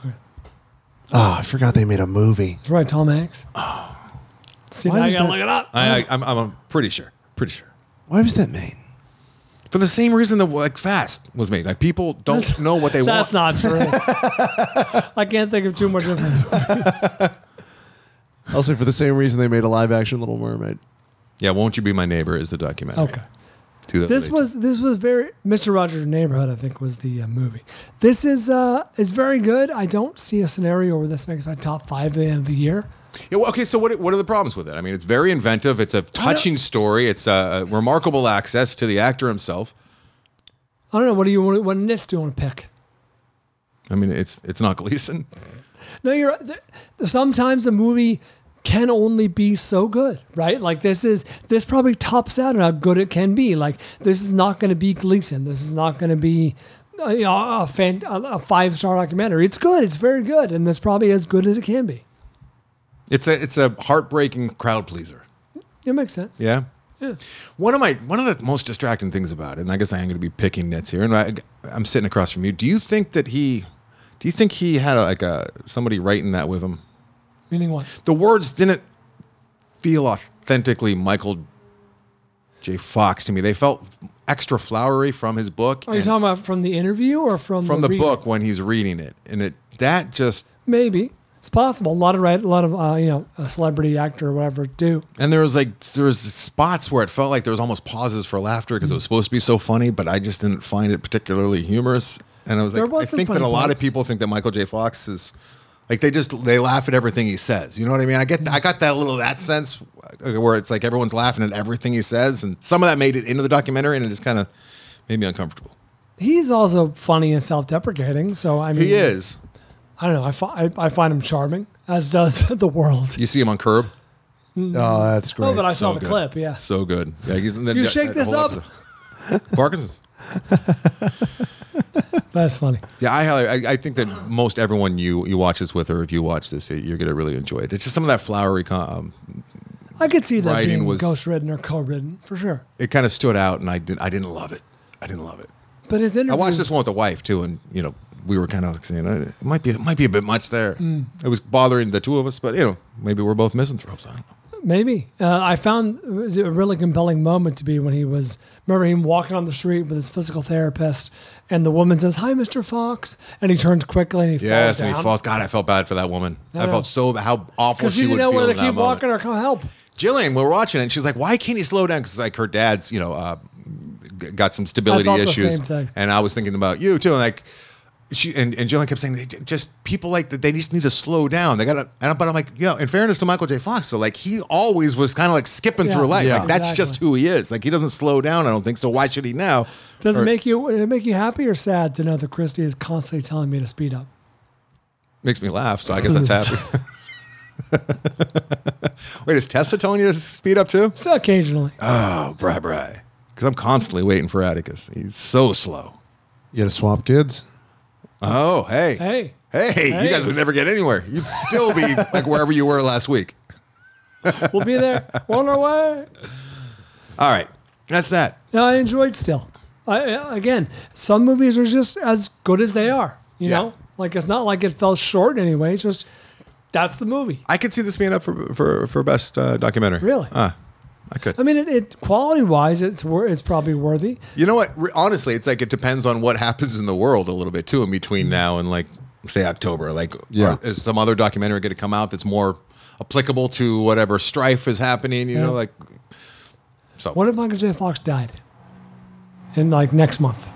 Speaker 3: Ah, I forgot they made a movie.
Speaker 1: That's right, Tom Hanks. Oh, see, now you gotta look it up.
Speaker 2: I, I, I'm, I'm pretty sure. Pretty sure.
Speaker 3: Why was that made?
Speaker 2: For the same reason that like Fast was made. Like people don't know what they
Speaker 1: That's not
Speaker 2: want.
Speaker 1: true. I can't think of too much. Different
Speaker 3: Also, for the same reason they made a live action Little Mermaid.
Speaker 2: Yeah, won't you be my neighbor is the documentary.
Speaker 1: Okay.
Speaker 2: Do that
Speaker 1: this
Speaker 2: later.
Speaker 1: was this was very Mr. Rogers' Neighborhood. I think was the uh, movie. This is uh is very good. I don't see a scenario where this makes my top five at the end of the year.
Speaker 2: Yeah, well, okay, so what, what are the problems with it? I mean, it's very inventive. It's a touching story. It's a remarkable access to the actor himself.
Speaker 1: I don't know. What do you want? What nits do you want to pick?
Speaker 2: I mean, it's it's not Gleason.
Speaker 1: No, you're right. There- Sometimes a movie can only be so good, right? Like this is this probably tops out on how good it can be. Like this is not going to be Gleason. This is not going to be uh, you know, a fan, a, a five star documentary. It's good. It's very good, and that's probably as good as it can be.
Speaker 2: It's a it's a heartbreaking crowd pleaser.
Speaker 1: It makes sense.
Speaker 2: Yeah.
Speaker 1: Yeah.
Speaker 2: One of my one of the most distracting things about it, and I guess I am going to be picking nits here, and I, I'm sitting across from you. Do you think that he, do you think he had a, like a somebody writing that with him?
Speaker 1: Meaning what?
Speaker 2: The words didn't feel authentically Michael J. Fox to me. They felt extra flowery from his book.
Speaker 1: Are you
Speaker 2: and
Speaker 1: Oh, talking about from the interview or from
Speaker 2: from the,
Speaker 1: reading?
Speaker 2: book when he's reading it? And it that just
Speaker 1: Maybe it's possible. A lot of right, a lot of uh, you know, a celebrity actor or whatever do.
Speaker 2: And there was like there was spots where it felt like there was almost pauses for laughter because it was supposed to be so funny, but I just didn't find it particularly humorous. And I was
Speaker 1: There
Speaker 2: like,
Speaker 1: was
Speaker 2: I
Speaker 1: some
Speaker 2: think that a
Speaker 1: funny
Speaker 2: lot of
Speaker 1: parts.
Speaker 2: people think that Michael J. Fox is like they just they laugh at everything he says. You know what I mean? I get I got that little that sense uh, where it's like everyone's laughing at everything he says, and some of that made it into the documentary, and it just kind of made me uncomfortable.
Speaker 1: He's also funny and self-deprecating, so I mean,
Speaker 2: He is.
Speaker 1: I don't know. I, fi- I, I find him charming, as does the world.
Speaker 2: You see him on Curb.
Speaker 1: Oh,
Speaker 3: that's
Speaker 1: Oh, but I saw the clip. Yeah.
Speaker 2: so good. Yeah, he's in the,
Speaker 1: You
Speaker 2: that-
Speaker 1: shake
Speaker 2: that
Speaker 1: this
Speaker 2: whole
Speaker 1: up.
Speaker 2: episode. Parkinson's.
Speaker 1: That's funny.
Speaker 2: Yeah, I, highly- I I think that most everyone you you watch this with, or if you watch this, you're gonna really enjoy it. It's just some of that flowery. Com- um,
Speaker 1: I could see that
Speaker 2: Writing
Speaker 1: being
Speaker 2: was-
Speaker 1: ghostwritten or co-written for sure.
Speaker 2: it kind of stood out, and I didn't I didn't love it. I didn't love it.
Speaker 1: But his interview.
Speaker 2: I watched this one with the wife too, and you know we were kind of like saying "Uh, it might be it might be a bit much there.
Speaker 1: Mm.
Speaker 2: It was bothering the two of us, but you know maybe we're both misanthropes. I don't know.
Speaker 1: Maybe. Uh, I found it was a really compelling moment to be when he was, remember him walking on the street with his physical therapist, and the woman says, Hi, Mr. Fox. And he turns quickly and he
Speaker 2: yes,
Speaker 1: falls
Speaker 2: and
Speaker 1: down.
Speaker 2: he falls. God, I felt bad for that woman.
Speaker 1: I
Speaker 2: I,
Speaker 1: know.
Speaker 2: felt so how awful
Speaker 1: Because
Speaker 2: she
Speaker 1: you
Speaker 2: would
Speaker 1: didn't know
Speaker 2: feel
Speaker 1: whether
Speaker 2: in
Speaker 1: to
Speaker 2: that
Speaker 1: keep
Speaker 2: moment.
Speaker 1: walking or come help.
Speaker 2: Jillian, we're watching it, and she's like, "Why can't he slow down?" Because like her dad's, you know, uh, g- got some
Speaker 1: I
Speaker 2: stability
Speaker 1: felt the
Speaker 2: issues,
Speaker 1: same thing.
Speaker 2: and I was thinking about you too, and like. She and, and Jillian kept saying they j- just people like that they just need to slow down. They gotta and I- but I'm like, yeah, in fairness to Michael J. Fox, so like he always was kind of like skipping
Speaker 1: Yeah.
Speaker 2: through life.
Speaker 1: Yeah.
Speaker 2: Like that's just who he is. Like he doesn't slow down, I don't think. So why should he now?
Speaker 1: Does
Speaker 2: Or-
Speaker 1: it make you would it make you happy or sad to know that Christy is constantly telling me to speed up?
Speaker 2: makes me laugh, so I guess that's happy. Wait, is Tessa telling you to speed up too?
Speaker 1: Still occasionally.
Speaker 2: Oh, bri bri. Because I'm constantly waiting for Atticus. He's so slow.
Speaker 3: You gotta swap kids.
Speaker 2: Oh, hey.
Speaker 1: Hey.
Speaker 2: Hey,
Speaker 1: Hey.
Speaker 2: you guys would never get anywhere. You'd still be like wherever you were last week.
Speaker 1: We'll be there. We're on our way.
Speaker 2: All right. That's that.
Speaker 1: No, I enjoyed still. I, I- again, some movies are just as good as they are. You
Speaker 2: Yeah.
Speaker 1: know, like it's not like it fell short in any way. It's just that's the movie.
Speaker 2: I could see this being up for for, for best uh, documentary.
Speaker 1: Really?
Speaker 2: Ah, I could.
Speaker 1: I mean, it, it quality wise, it's wor- it's probably worthy.
Speaker 2: You know what? Re- honestly, it's like it depends on what happens in the world a little bit too in between
Speaker 1: Mm.
Speaker 2: now and like say October. Like,
Speaker 3: Yeah.
Speaker 2: are- is some other documentary going to come out that's more applicable to whatever strife is happening? You know,
Speaker 1: Yeah.
Speaker 2: like so.
Speaker 1: What if Michael J. Fox died? In like next month,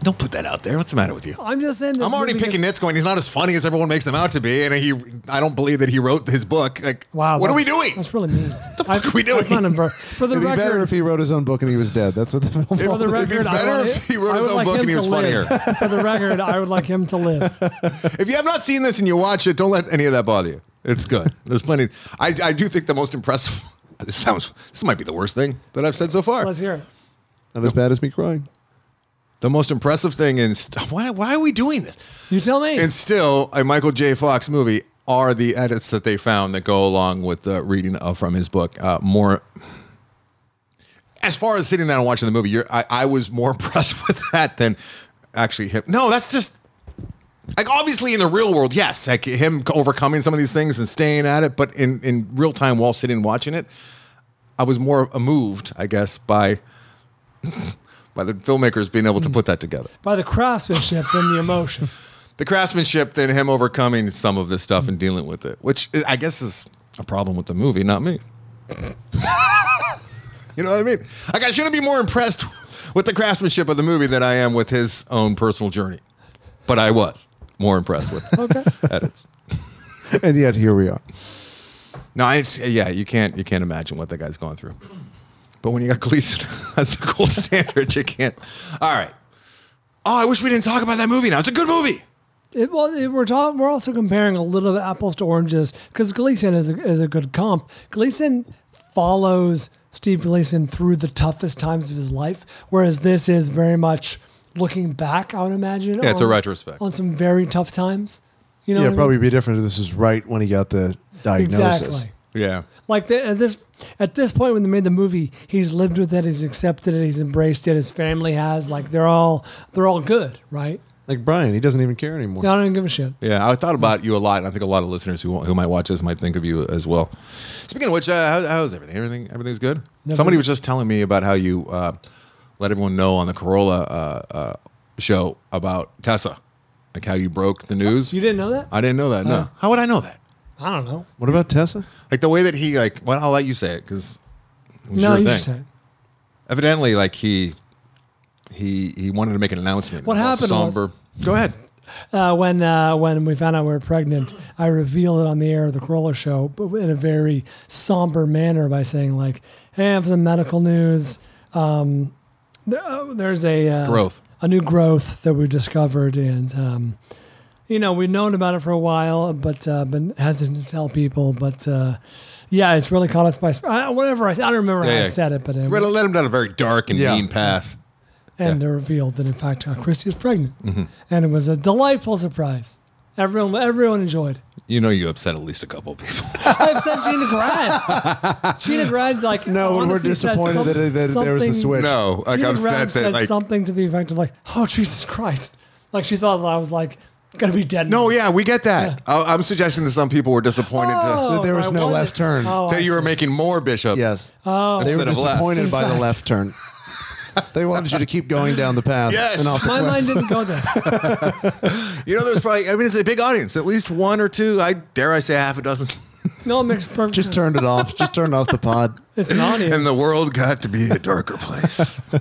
Speaker 2: Don't put that out there. What's the matter with you?
Speaker 1: I'm just saying. This
Speaker 2: I'm already
Speaker 1: movie
Speaker 2: picking
Speaker 1: gets-
Speaker 2: nits, going. He's not as funny as everyone makes him out to be, and he. I don't believe that he wrote his book. Like,
Speaker 1: Wow,
Speaker 2: what are we
Speaker 1: that's-
Speaker 2: doing?
Speaker 1: That's really mean. what the fuck
Speaker 2: are we doing?
Speaker 1: for the
Speaker 3: It'd be better
Speaker 1: record,
Speaker 3: if he wrote his own book and he was dead. That's what the film.
Speaker 1: for the
Speaker 3: was.
Speaker 1: record, I
Speaker 2: better
Speaker 1: want-
Speaker 2: if he
Speaker 1: I
Speaker 2: wrote his
Speaker 1: would
Speaker 2: own
Speaker 1: like
Speaker 2: book
Speaker 1: him
Speaker 2: and he
Speaker 1: to
Speaker 2: was
Speaker 1: live.
Speaker 2: funnier.
Speaker 1: for the record, I would like him to live.
Speaker 2: if you have not seen this and you watch it, don't let any of that bother you. It's good. There's plenty. I, I do think the most impressive. This sounds. This might be the worst thing that I've said so far.
Speaker 1: Let's hear it.
Speaker 3: Not as bad as me crying.
Speaker 2: The most impressive thing in st- why why are we doing this?
Speaker 1: You tell me.
Speaker 2: And still, a Michael J. Fox movie are the edits that they found that go along with the reading of, from his book. Uh, more as far as sitting down and watching the movie, you're, I, I was more impressed with that than actually him. No, that's just like obviously in the real world, yes, like him overcoming some of these things and staying at it, but in in real time while sitting and watching it, I was more moved, I guess, by by the filmmakers being able to put that together
Speaker 1: By the craftsmanship and the emotion.
Speaker 2: the craftsmanship than him overcoming some of this stuff and dealing with it, which I- I guess is a problem with the movie, not me. you know what I mean? Like I shouldn't be more impressed with the craftsmanship of the movie than I am with his own personal journey, but I was more impressed with edits.
Speaker 3: And yet here we are.
Speaker 2: No, it's yeah, you can't you can't imagine what that guy's going through. But when you got Gleason as the gold standard, you can't. All right. Oh, I wish we didn't talk about that movie now. It's a good movie.
Speaker 1: It, well, it- we're talking. We're also comparing a little bit apples to oranges because Gleason is a, is a good comp. Gleason follows Steve Gleason through the toughest times of his life, whereas this is very much looking back. I would imagine.
Speaker 2: Yeah, it's a
Speaker 1: on-
Speaker 2: retrospect.
Speaker 1: on some very tough times. You know,
Speaker 3: yeah,
Speaker 1: what I
Speaker 3: probably
Speaker 1: mean?
Speaker 3: be different if this is right when he got the diagnosis.
Speaker 1: Exactly.
Speaker 2: Yeah.
Speaker 1: Like the, at this at this point when they made the movie, he's lived with it, he's accepted it, he's embraced it. His family has like they're all they're all good, right?
Speaker 3: Like Brian, he doesn't even care anymore.
Speaker 1: I don't give a shit.
Speaker 2: Yeah, I thought about you a lot, and I think a lot of listeners who who might watch this might think of you as well. Speaking of which, uh, how, how's everything? Everything everything's good.
Speaker 1: Nothing.
Speaker 2: Somebody was just telling me about how you uh, let everyone know on the Corolla uh, uh, show about Tessa, like how you broke the news.
Speaker 1: You didn't know that?
Speaker 2: I didn't know that. No,
Speaker 1: Oh.
Speaker 2: how would I know that?
Speaker 1: I don't know.
Speaker 3: What about Tessa?
Speaker 2: Like the way that he like. Well, I'll let you say it because
Speaker 1: No, you just said.
Speaker 2: Evidently, like he he he wanted to make an announcement.
Speaker 1: What
Speaker 2: It was all
Speaker 1: happened was-
Speaker 2: Somber. Go ahead.
Speaker 1: Uh, when uh, when we found out we were pregnant, I revealed it on the air of the Corolla show, but in a very somber manner by saying like, "Hey, I have some medical news. Um, there, oh, there's a uh,
Speaker 2: Growth.
Speaker 1: a new growth that we discovered, and um, you know we've known about it for a while, but uh, been hesitant to tell people. But uh, yeah, it's really caught us by sp- I, whatever I, said- I don't remember how
Speaker 2: Yeah,
Speaker 1: I
Speaker 2: yeah.
Speaker 1: said it, but it,
Speaker 2: Let, let him down a very dark and
Speaker 1: Yeah.
Speaker 2: mean path.
Speaker 1: and it revealed that in fact uh, Christy was pregnant,
Speaker 2: Mm-hmm.
Speaker 1: and it was a delightful surprise. Everyone everyone enjoyed.
Speaker 2: You know, you upset at least a couple people.
Speaker 1: I upset Gina Grad. Gina Grad, like, no,
Speaker 3: we're disappointed that it- that there was the switch.
Speaker 2: No, like,
Speaker 1: Gina
Speaker 2: I'm
Speaker 1: Grad
Speaker 2: sad that,
Speaker 1: said
Speaker 2: like-
Speaker 1: something to the effect of like, "Oh Jesus Christ!" Like she thought that I was like Gotta be dead.
Speaker 2: No, yeah, we get that. I, I'm suggesting that some people were disappointed
Speaker 1: Oh,
Speaker 2: that,
Speaker 1: That there was I no wasn't- left turn. Oh, I
Speaker 2: that you were making more bishop.
Speaker 3: Yes.
Speaker 1: Oh.
Speaker 3: they were
Speaker 2: Uh, Instead of less.
Speaker 3: disappointed by the left turn. They wanted you to keep going down the path.
Speaker 2: Yes.
Speaker 3: and off the
Speaker 2: My
Speaker 3: cliff.
Speaker 2: mind
Speaker 1: didn't go there.
Speaker 2: You know, there's probably. I mean, it's a big audience. At least one or two. I dare I say half a dozen.
Speaker 1: No, it makes perfect
Speaker 3: Just turned it off. Just turned off the pod.
Speaker 1: It's an audience.
Speaker 2: And the world got to be a darker place. All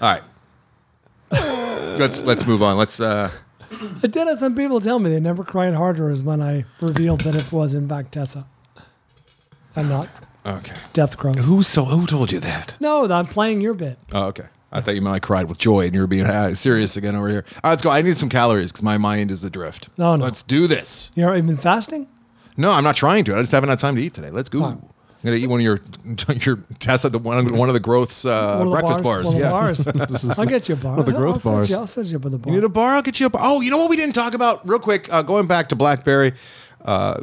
Speaker 2: right. Let's let's move on. Let's uh
Speaker 1: I did have some people tell me they never cried harder as when I revealed that it was in fact Tessa. I'm not.
Speaker 2: okay.
Speaker 1: Death Crow.
Speaker 2: Who so who told you that?
Speaker 1: No, I'm playing your bit.
Speaker 2: Oh, okay. I thought you meant I cried with joy and you were being uh, serious again over here. All right, let's go. I need some calories because my mind is adrift.
Speaker 1: No, no.
Speaker 2: Let's do this.
Speaker 1: You know, I've been fasting.
Speaker 2: No, I'm not trying to. I just haven't had time to eat today. Let's go. I'm gonna eat one of your your Tessa the one one of the growths uh,
Speaker 1: One of the
Speaker 2: breakfast
Speaker 1: bars,
Speaker 2: bars.
Speaker 1: one of the
Speaker 2: Yeah,
Speaker 1: bars. I'll get you a bar. I'll set you- I'll set you up with a bar.
Speaker 2: You need a bar? I'll get you a bar. Oh, you know what we didn't talk about? Real quick, uh, going back to Blackberry, uh,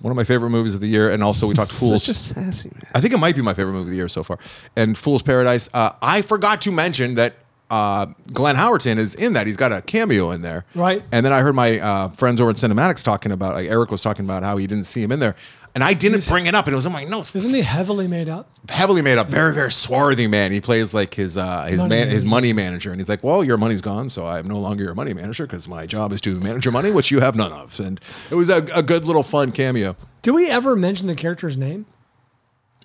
Speaker 2: one of my favorite movies of the year, and also we talked Fools.
Speaker 3: Such a sassy man.
Speaker 2: I think it might be my favorite movie of the year so far. And Fool's Paradise. Uh, I forgot to mention that uh, Glenn Howerton is in that. He's got a cameo in there.
Speaker 1: Right.
Speaker 2: And then I heard my uh, friends over at Cinematics talking about, like Eric was talking about how he didn't see him in there. And I didn't bring it up. And it was in my notes.
Speaker 1: Isn't he heavily made up?
Speaker 2: Heavily made up, very very swarthy man. He plays like his uh, his
Speaker 1: Money
Speaker 2: man, his
Speaker 1: manager.
Speaker 2: money manager, and he's like, "Well, your money's gone, so I'm no longer your money manager because my job is to manage your money, which you have none of." And it was a, a good little fun cameo
Speaker 1: Did we ever mention the character's name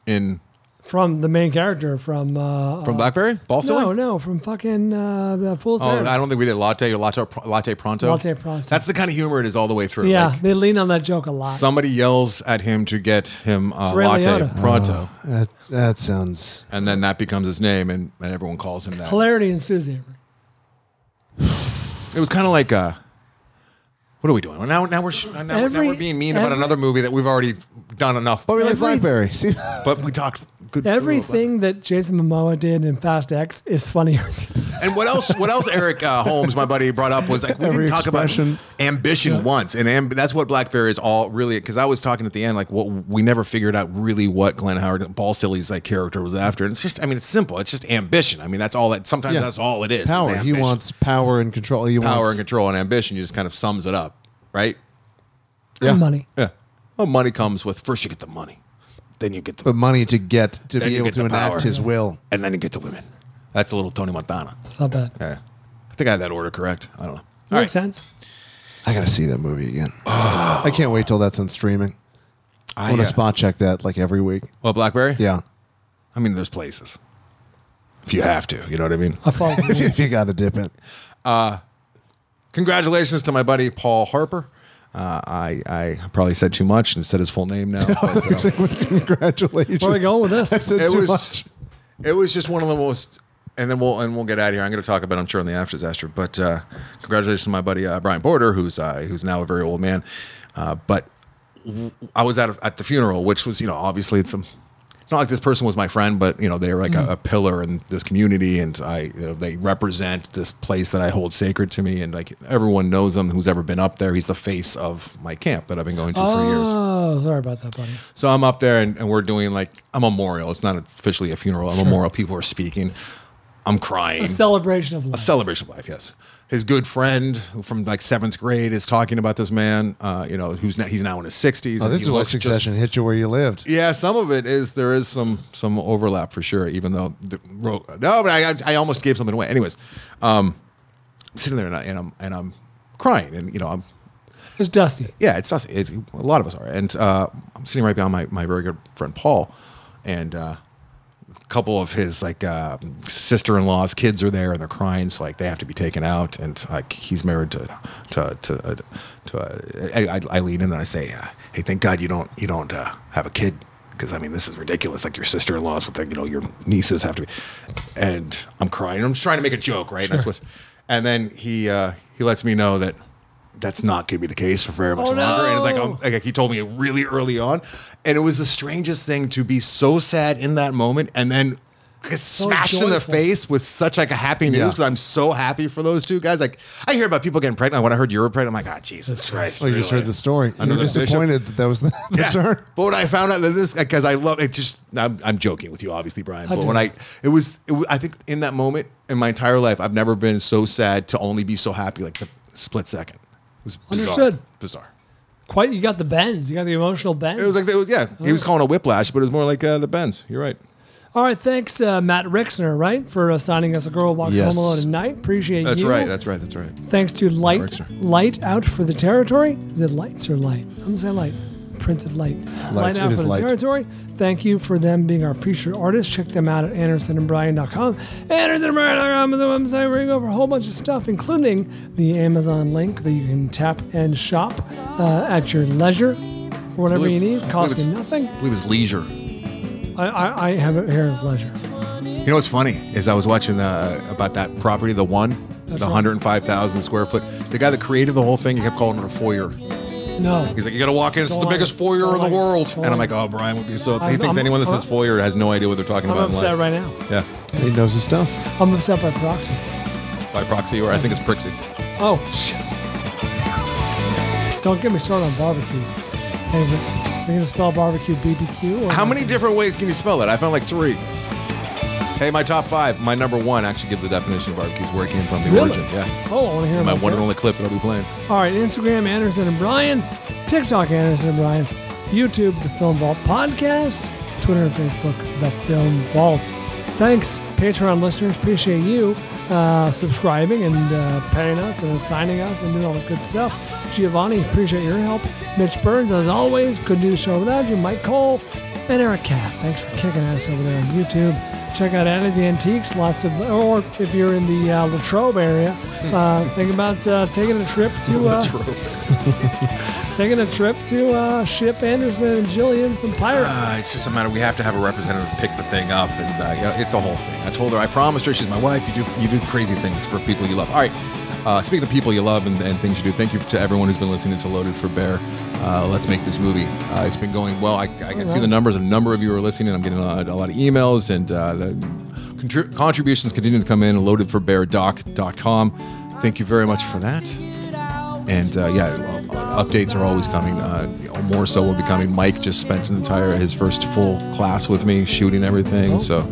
Speaker 2: in
Speaker 1: from the main character from uh,
Speaker 2: from
Speaker 1: uh,
Speaker 2: Blackberry Ball
Speaker 1: No,
Speaker 2: Filling?
Speaker 1: no, from fucking uh, the Fool's
Speaker 2: Oh,
Speaker 1: Paradise.
Speaker 2: I don't think we did latte or latte latte pronto.
Speaker 1: Latte Pronto.
Speaker 2: That's the kind of humor it is all the way through.
Speaker 1: Yeah,
Speaker 2: Like,
Speaker 1: they lean on that joke a lot.
Speaker 2: somebody yells at him to get him uh,
Speaker 1: It's Ray
Speaker 2: latte
Speaker 1: Liotta.
Speaker 2: pronto,
Speaker 3: That, that sounds.
Speaker 2: and then that becomes his name, and, and everyone calls him that.
Speaker 1: Hilarity ensues here.
Speaker 2: It was kind of like uh What are we doing? Well, Now, now we're sh- now, now
Speaker 1: Every-
Speaker 2: we're being mean about
Speaker 1: every-
Speaker 2: another movie that we've already done enough. But
Speaker 3: we like Blackberry. See,
Speaker 2: but we talked good. stuff about
Speaker 1: Everything that Jason Momoa did in Fast X is funnier.
Speaker 2: Blackberry. And what else? What else? Eric uh, Holmes, my buddy, brought up was like we
Speaker 3: Every
Speaker 2: didn't talk
Speaker 3: expression.
Speaker 2: about ambition once, and amb- that's what Blackberry is all really. Because I was talking at the end, like what we never figured out really what Glenn Howard Ball Silly's like character was after, and it's just I mean it's simple. It's just ambition. I mean that's all that. Sometimes
Speaker 3: Yeah.
Speaker 2: that's all it is. is
Speaker 3: Power. He
Speaker 2: ambition.
Speaker 3: wants power and control. He
Speaker 2: power and
Speaker 3: wants
Speaker 2: control and ambition. You just kind of sums it up, right?
Speaker 1: And money.
Speaker 2: Yeah. Well, money comes with first you get the money, then you get the
Speaker 3: but money to get to
Speaker 2: Then
Speaker 3: be
Speaker 2: you
Speaker 3: able
Speaker 2: get
Speaker 3: to
Speaker 2: the
Speaker 3: enact
Speaker 2: power.
Speaker 3: his will.
Speaker 2: and then you get the women. That's a little Tony Montana.
Speaker 1: It's not bad.
Speaker 2: Yeah. I think I had that order correct. I don't know.
Speaker 1: Makes sense.
Speaker 3: I gotta see that movie again. I can't wait till that's on streaming. I,
Speaker 2: I,
Speaker 3: want
Speaker 2: uh,
Speaker 3: to spot check that like every week.
Speaker 2: Well, Blackberry?
Speaker 3: Yeah,
Speaker 2: I mean, there's places. If you have to, you know what I mean? Uh,
Speaker 1: I follow. the rules.
Speaker 3: if you gotta dip it.
Speaker 2: Congratulations to my buddy Paul Harper. Uh, I, I probably said too much and said his full name now. but, uh,
Speaker 3: Congratulations.
Speaker 1: Where are we going with this?
Speaker 3: I said
Speaker 2: it
Speaker 3: too
Speaker 2: was
Speaker 3: much.
Speaker 2: it was just one of the most and then we'll and we'll get out of here. I'm going to talk about it, I'm sure in the after disaster, but uh, congratulations to my buddy uh, Brian Porter, who's uh, who's now a very old man. Uh, but w- I was at a, at the funeral, which was you know obviously it's some. It's not like this person was my friend, but you know they're like a, a pillar in this community, and I you know, they represent this place that I hold sacred to me, and like everyone knows him who's ever been up there. He's the face of my camp that I've been going to for years.
Speaker 1: Oh, sorry about that, buddy.
Speaker 2: So I'm up there and, and we're doing like a memorial. It's not officially a funeral, a memorial. People are speaking. I'm crying.
Speaker 1: A celebration of
Speaker 2: A
Speaker 1: life.
Speaker 2: celebration of life, yes. His good friend who from like seventh grade is talking about this man, uh, you know, who's now, he's now in his 60s.
Speaker 3: Oh,
Speaker 2: and
Speaker 3: this
Speaker 2: he
Speaker 3: is why
Speaker 2: looks just-
Speaker 3: Succession hit you where you lived.
Speaker 2: yeah, some of it is there is some some overlap for sure. Even though the, ro- no, but I I almost gave something away. Anyways, um, I'm sitting there and, I, and I'm and I'm crying and you know I'm
Speaker 1: It's dusty.
Speaker 2: yeah, it's us. It, a lot of us are. And uh, I'm sitting right behind my, my very good friend Paul, and uh, a couple of his like uh, sister in law's kids are there, and they're crying, so like they have to be taken out. And like he's married to to to uh, to. Uh, I, I- I lean in and I say, uh, "Hey, thank God you don't you don't uh, have a kid." Because I mean, this is ridiculous. Like your sister-in-laws with their, you know, your nieces have to be, and I'm crying. I'm just trying to make a joke, right? That's what. And then he uh, he lets me know that that's not going to be the case for very much
Speaker 1: Oh,
Speaker 2: longer. And it's like,
Speaker 1: no.
Speaker 2: I'm, like he told me really early on, and it was the strangest thing to be so sad in that moment and then get smashed in the
Speaker 1: joyful.
Speaker 2: face with such like a happy news.
Speaker 3: Yeah.
Speaker 2: 'cause I'm so happy for those two guys. Like I hear about people getting pregnant. When I heard you were pregnant, I'm like, ah, Jesus Christ!
Speaker 3: Well, Oh, you just
Speaker 2: really?"
Speaker 3: heard the story. You were
Speaker 2: Another bishop.
Speaker 3: disappointed that that was the, the
Speaker 2: Yeah.
Speaker 3: turn.
Speaker 2: But when I found out that this, because I love it, just I'm, I'm joking with you, obviously, Brian.
Speaker 1: I
Speaker 2: But
Speaker 1: do.
Speaker 2: when I, it was, it was, I think in that moment in my entire life, I've never been so sad to only be so happy. Like the, split second. It was bizarre.
Speaker 1: Understood.
Speaker 2: Bizarre.
Speaker 1: Quite, you got the bends. You got the emotional bends.
Speaker 2: It was like, it was, yeah, he was calling a whiplash, but it was more like uh, the bends. You're right.
Speaker 1: All right, thanks, uh, Matt Rixner, right, for assigning us a girl walks
Speaker 2: Yes.
Speaker 1: home alone at night. Appreciate
Speaker 2: That's
Speaker 1: you.
Speaker 2: right. That's right. That's right.
Speaker 1: Thanks to Light
Speaker 2: Rixner.
Speaker 1: Light Out for the Territory. Is it Lights or Light? I'm going to say Light. Printed Light.
Speaker 3: Light,
Speaker 1: Light
Speaker 3: it
Speaker 1: Out
Speaker 3: is
Speaker 1: for the
Speaker 3: Light.
Speaker 1: Territory. Thank you for them being our featured artists. Check them out at AndersonandBrian.com. AndersonandBrian.com is a website where you go for a whole bunch of stuff, including the Amazon link that you can tap and shop uh, at your leisure for whatever you need. Costs you nothing.
Speaker 2: I believe it's leisure.
Speaker 1: I, I, I have it here as leisure.
Speaker 2: You know what's funny is I was watching the, about that property, the one,
Speaker 1: That's
Speaker 2: the
Speaker 1: right.
Speaker 2: 105,000 square foot. The guy that created the whole thing, he kept calling it a foyer.
Speaker 1: No.
Speaker 2: He's like, you got to walk in. It's
Speaker 1: Don't
Speaker 2: the
Speaker 1: like
Speaker 2: biggest
Speaker 1: it.
Speaker 2: foyer
Speaker 1: Don't
Speaker 2: in
Speaker 1: like
Speaker 2: the
Speaker 1: it.
Speaker 2: world.
Speaker 1: Don't
Speaker 2: And I'm
Speaker 1: like
Speaker 2: like, oh, Brian would be so upset. He
Speaker 1: I'm-
Speaker 2: thinks
Speaker 1: I'm-
Speaker 2: anyone that says
Speaker 1: I'm-
Speaker 2: foyer has no idea what they're talking
Speaker 1: I'm
Speaker 2: about. in
Speaker 1: upset right
Speaker 2: life.
Speaker 1: now.
Speaker 2: Yeah.
Speaker 3: He knows his stuff.
Speaker 1: I'm upset by proxy.
Speaker 2: By proxy, or I think it's Prixie.
Speaker 1: Oh, shit. Don't get me started on barbecues. Hey, they're going to spell barbecue BBQ? Or
Speaker 2: How many different ways can you spell it? I found like three. Hey, my top five. My number one actually gives the definition of barbecues where it came from, the
Speaker 1: Really?
Speaker 2: origin. Yeah.
Speaker 1: Oh, I want to hear
Speaker 2: my
Speaker 1: about
Speaker 2: one and
Speaker 1: this.
Speaker 2: only clip that I'll be playing.
Speaker 1: All right, Instagram, Anderson and Brian. TikTok, Anderson and Brian. YouTube, The Film Vault Podcast. Twitter and Facebook, The Film Vault. Thanks, Patreon listeners. Appreciate you uh, subscribing and uh, paying us and assigning us and doing all the good stuff. Giovanni, appreciate your help. Mitch Burns, as always, couldn't do the show without you. Mike Cole and Eric Caff. Thanks for kicking ass over there on YouTube. Check out Anna's Antiques. Lots of, or if you're in the uh, Latrobe area, uh, think about uh, taking a trip to uh, taking a trip to uh, Ship Anderson and Jillian some pirates.
Speaker 2: Uh, it's just a matter. We have to have a representative pick the thing up, and uh, yeah, it's a whole thing. I told her, I promised her, she's my wife. You do you do crazy things for people you love. All right. Uh, speaking of people you love and, and things you do, thank you to everyone who's been listening to Loaded for Bear. Uh, let's make this movie. Uh, it's been going well. I, I can see the numbers. A number of you are listening. I'm getting a, a lot of emails, and uh, the contrib- contributions continue to come in. LoadedForBearDoc.com. Thank you very much for that. And uh, yeah, uh, updates are always coming. Uh, more so will be coming. Mike just spent an entire his first full class with me shooting
Speaker 1: Oh.
Speaker 2: everything. So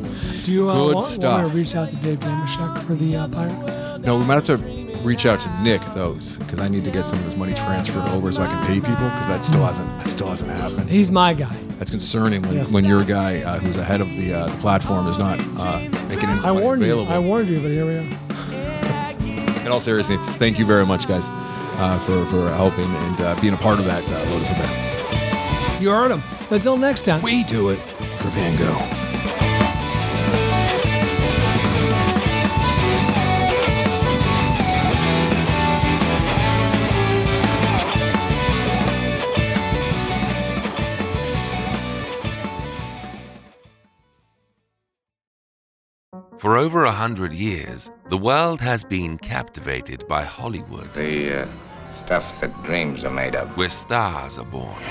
Speaker 1: Do you uh,
Speaker 2: good
Speaker 1: want, want
Speaker 2: stuff.
Speaker 1: to reach out to Dave Damashek for the uh, pirates?
Speaker 2: no, we might have to reach out to Nick though, because I need to get some of this money transferred over so I can pay people. Because that still hasn't that still hasn't happened.
Speaker 1: He's my guy.
Speaker 2: That's concerning when,
Speaker 1: Yeah.
Speaker 2: when your guy uh, who's ahead of the, uh, the platform is not uh, making any
Speaker 1: I
Speaker 2: money
Speaker 1: warned
Speaker 2: available.
Speaker 1: you. I warned you, but here we are.
Speaker 2: In all seriousness, thank you very much, guys, uh, for for helping and uh, being a part of that uh, loaded for bear.
Speaker 1: You heard him. Until next time.
Speaker 2: We do it for Van Gogh.
Speaker 6: For over a hundred years, the world has been captivated by Hollywood. The uh, stuff that dreams are made of. Where stars are born.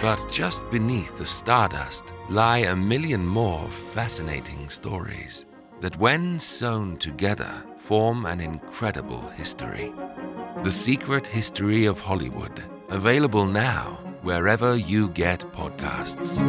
Speaker 6: But just beneath the stardust lie a million more fascinating stories that, when sewn together, form an incredible history. The Secret History of Hollywood, available now wherever you get podcasts.